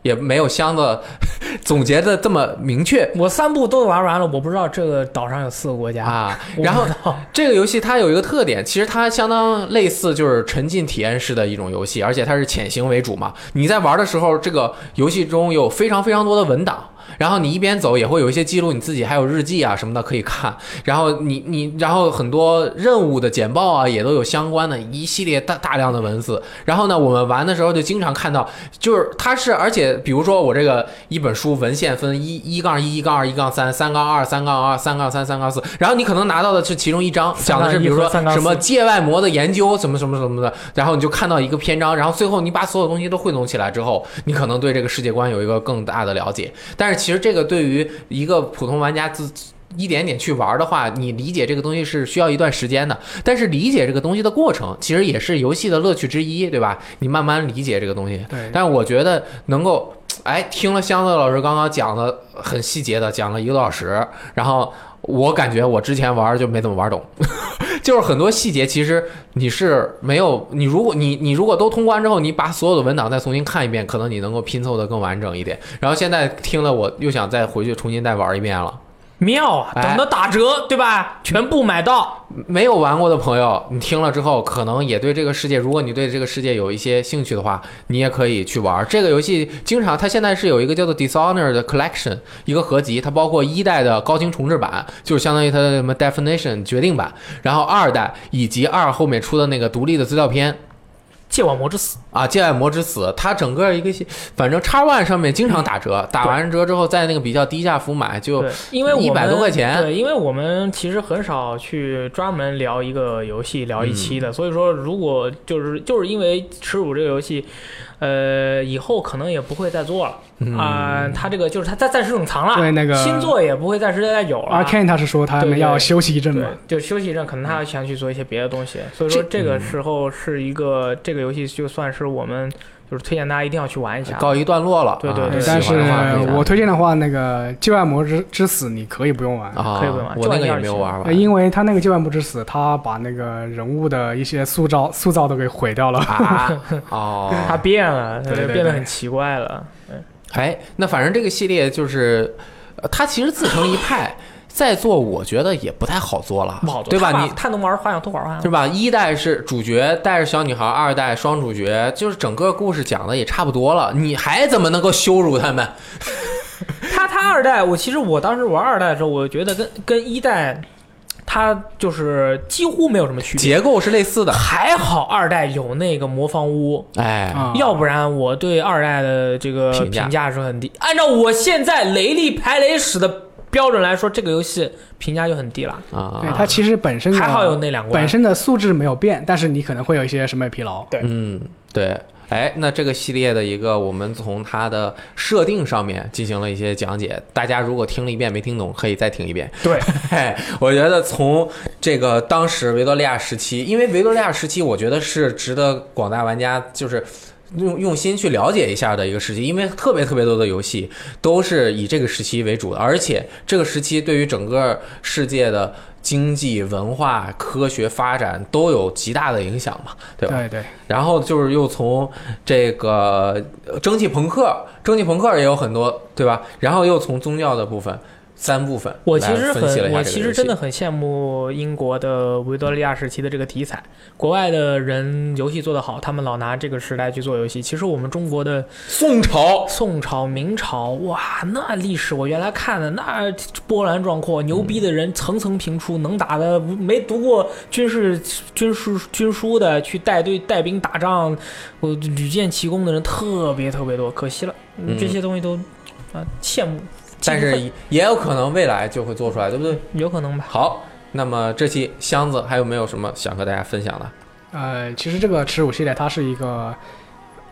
B: 也没有箱子 *laughs* 总结的这么明确
A: 我三部都玩完了，我不知道这个岛上有四个国家。
B: 啊。
A: 我
B: 然后
A: 不知道
B: *laughs* 这个游戏它有一个特点，其实它相当类似就是沉浸体验式的一种游戏，而且它是潜行为主嘛。你在玩的时候，这个游戏中有非常非常多的文档。然后你一边走也会有一些记录，你自己还有日记啊什么的可以看。然后你你然后很多任务的简报啊也都有相关的一系列大大量的文字。然后呢，我们玩的时候就经常看到，就是它是而且比如说我这个一本书文献分一一杠一一杠二一杠三三杠二三杠二三杠三三杠四，然后你可能拿到的是其中一章讲的是比如说
A: 三杠一和三杠四
B: 什么界外膜的研究什么什么什么的，然后你就看到一个篇章，然后最后你把所有东西都汇总起来之后，你可能对这个世界观有一个更大的了解。但是其实这个对于一个普通玩家自一点点去玩的话，你理解这个东西是需要一段时间的。但是理解这个东西的过程，其实也是游戏的乐趣之一，对吧？你慢慢理解这个东西。
C: 对，
B: 但是我觉得能够，哎，听了箱子老师刚刚讲的很细节的，讲了一个多小时，然后我感觉我之前玩就没怎么玩懂， *laughs* 就是很多细节其实你是没有，你如果你你如果都通关之后，你把所有的文档再重新看一遍，可能你能够拼凑的更完整一点。然后现在听了，我又想再回去重新再玩一遍了。
A: 妙啊，
B: 哎
A: 等着打折对吧？全部买到，
B: 没有玩过的朋友，你听了之后，可能也对这个世界，如果你对这个世界有一些兴趣的话，你也可以去玩这个游戏。经常它现在是有一个叫做 Dishonored Collection 一个合集，它包括一代的高清重置版，就是相当于它的什呃么 Definition 决定版，然后二代以及二后面出的那个独立的资料片，
A: 戒网魔之死，
B: 啊，《界外魔之死》，它整个一个系，反正 X One 上面经常打折，打完折之后在那个比较低价服买，就
A: 对，因为我们
B: 100多块钱
A: 对，因为我们其实很少去专门聊一个游戏聊一期
B: 嗯
A: 的，所以说如果就是就是因为耻辱这个游戏，呃，以后可能也不会再做了
B: 嗯
A: 啊、它这个就是它暂暂时冷藏了，
C: 对那个
A: 新作也不会暂时再有
B: 啊
A: 了。
C: Arcane 他是说他
A: 对
C: 们
A: 对
C: 要休息一阵
A: 对
C: 嘛，，
A: 就休息一阵，可能他想去做一些别的东西，所以说这
B: 嗯
A: 个时候是一个这个游戏，就算是我们就是推荐大家一定要去玩一下。
B: 告一段落了。
A: 对对
B: 啊
A: 对
B: 喜
C: 但是
B: 欢的话可以玩
C: 我推荐的话，那个《界外魔之之死》你可以不用玩，
B: 啊
A: 可以不玩
B: 我那
A: 就
B: 个也
A: 玩
B: 没有
A: 游戏
B: 玩
C: 呃
B: 完。
C: 因为他那个《界外魔之死》，他把那个人物的一些塑造塑造都给毁掉
B: *laughs*
C: 了。
B: 啊，
A: *laughs*
B: 哦，
A: 他变了，
C: 对对对
A: 变得很奇怪了。
B: 哎，那反正这个系列就是，呃它其实自成一派，再做我觉得也不太好做了，
A: 不好做，
B: 啊对
A: 他
B: 吧？
A: 把
B: 你。
A: 他能玩花样都玩完了
B: 是。吧？一代是主角带着小女孩，二代双主角，就是整个故事讲的也差不多了，你还怎么能够羞辱他们？
A: 他他二代，我其实我当时玩二代的时候，我觉得跟跟一代，他就是几乎没有什么区别。
B: 结构是类似
C: *laughs*
B: 的，
A: 还好二代有那个魔方屋，
B: 哎，
C: 啊
A: 要不然我对二代的这个
B: 评价
A: 评价是很低。按照我现在雷厉排雷使的标准来说，这个游戏评价就很低了。
B: 啊，
C: 对，它其实本身的
A: 还好有那两关
C: 本身的素质没有变，但是你可能会有一些审美疲劳。
B: 嗯，对。哎，那这个系列的一个，我们从它的设定上面进行了一些讲解。大家如果听了一遍没听懂，可以再听一遍。
A: 对，
B: 嘿，哎我觉得从这个当时维多利亚时期，因为维多利亚时期，我觉得是值得广大玩家就是。用用心去了解一下的一个时期，因为特别特别多的游戏都是以这个时期为主的，而且这个时期对于整个世界的经济、文化、科学发展都有极大的影响嘛， *laughs* 对吧？
C: 对对，
B: 然后就是又从这个呃蒸汽朋克，蒸汽朋克也有很多，对吧？然后又从宗教的部分，三部分。
A: 我其实
B: 来分析了
A: 很，
B: 一下
A: 我
B: 这个
A: 其
B: 游
A: 实
B: 戏
A: 真的很羡慕英国的维多利亚时期的这个题材。国外的人游戏做得好，他们老拿这个时代去做游戏。其实我们中国的
B: 宋朝
A: 宋朝、明朝，哇，那历史我原来看的那波澜壮阔，牛逼的人层层评出，能打的没读过军事军书军书的去带队带兵打仗，我屡建奇功的人特别特别多，可惜了，嗯
B: 嗯
A: 这些东西都啊羡慕，
B: 但
A: 嫉妒
B: 是
A: 恨
B: 也有可能未来就会做出来，对不对？
A: 有可能吧。
B: 好，那么这期箱子还有没有什么想和大家分享的？
C: 呃，其实这个耻辱系列它是一个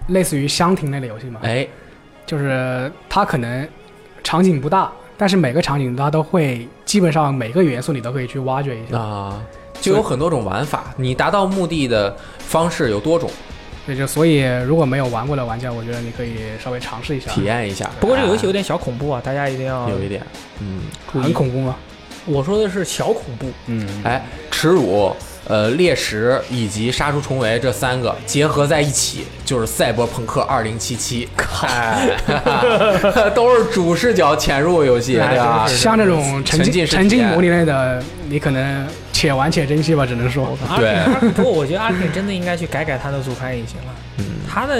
C: 类似于箱庭类的游戏嘛，
B: 哎，
C: 就是它可能场景不大，但是每个场景它都会基本上每个元素你都可以去挖掘一下，
A: 啊
B: 那就有很多种玩法，你达到目的的方式有多种，
C: 所以就所以如果没有玩过的玩家，我觉得你可以稍微尝试一下，
B: 体验一下。
A: 不过这个游戏有点小恐怖啊，大家一定要
B: 啊有一点，嗯，
A: 注
C: 很
A: 意。
C: 恐怖啊吗？
A: 我说的是小恐怖，
C: 嗯，
B: 哎，耻辱。呃，猎食以及杀出重围这三个结合在一起，就是《赛博朋克2077》。哎， *laughs* 哈哈都是主视角潜入游戏，
A: 哎
B: 对吧？
A: 真是
C: 像这种沉
B: 沉浸
C: 浸
B: 式
C: 沉
B: 体
C: 浸
B: 验
C: 模拟类的，你可能且玩且珍惜吧，只能说。
A: 阿
B: 对
A: King，不过我觉得阿 King 真的应该去改改他的祖传引擎
B: *laughs*
A: 了，
B: 嗯
A: 他的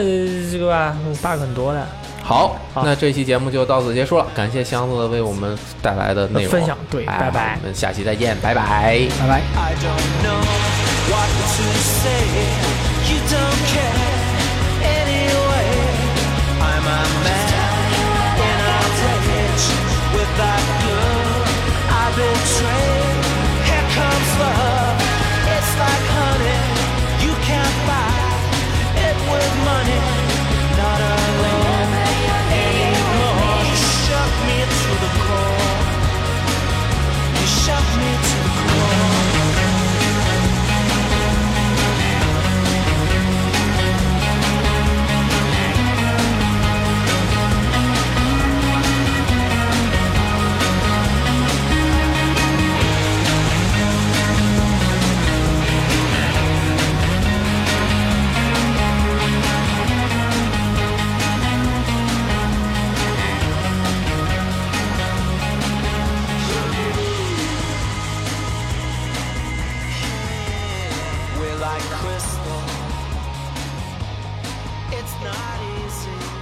A: 这个吧 bug 很多的。
B: 好，
A: 好
B: 那这期节目就到此结束了，感谢箱子为我们带来的内容
A: 分享对
B: 哎
A: 拜拜
B: 我们下期再见，拜拜。
C: 拜拜。
D: I don't know what to say. You don't care anyway. I'm a man in a rage with that girl I betrayed. Here comes love. It's like honey. You can't buy it with money. Not alone anymore. You shook me to the core. You shook me to the core. We're like crystal. It's not easy.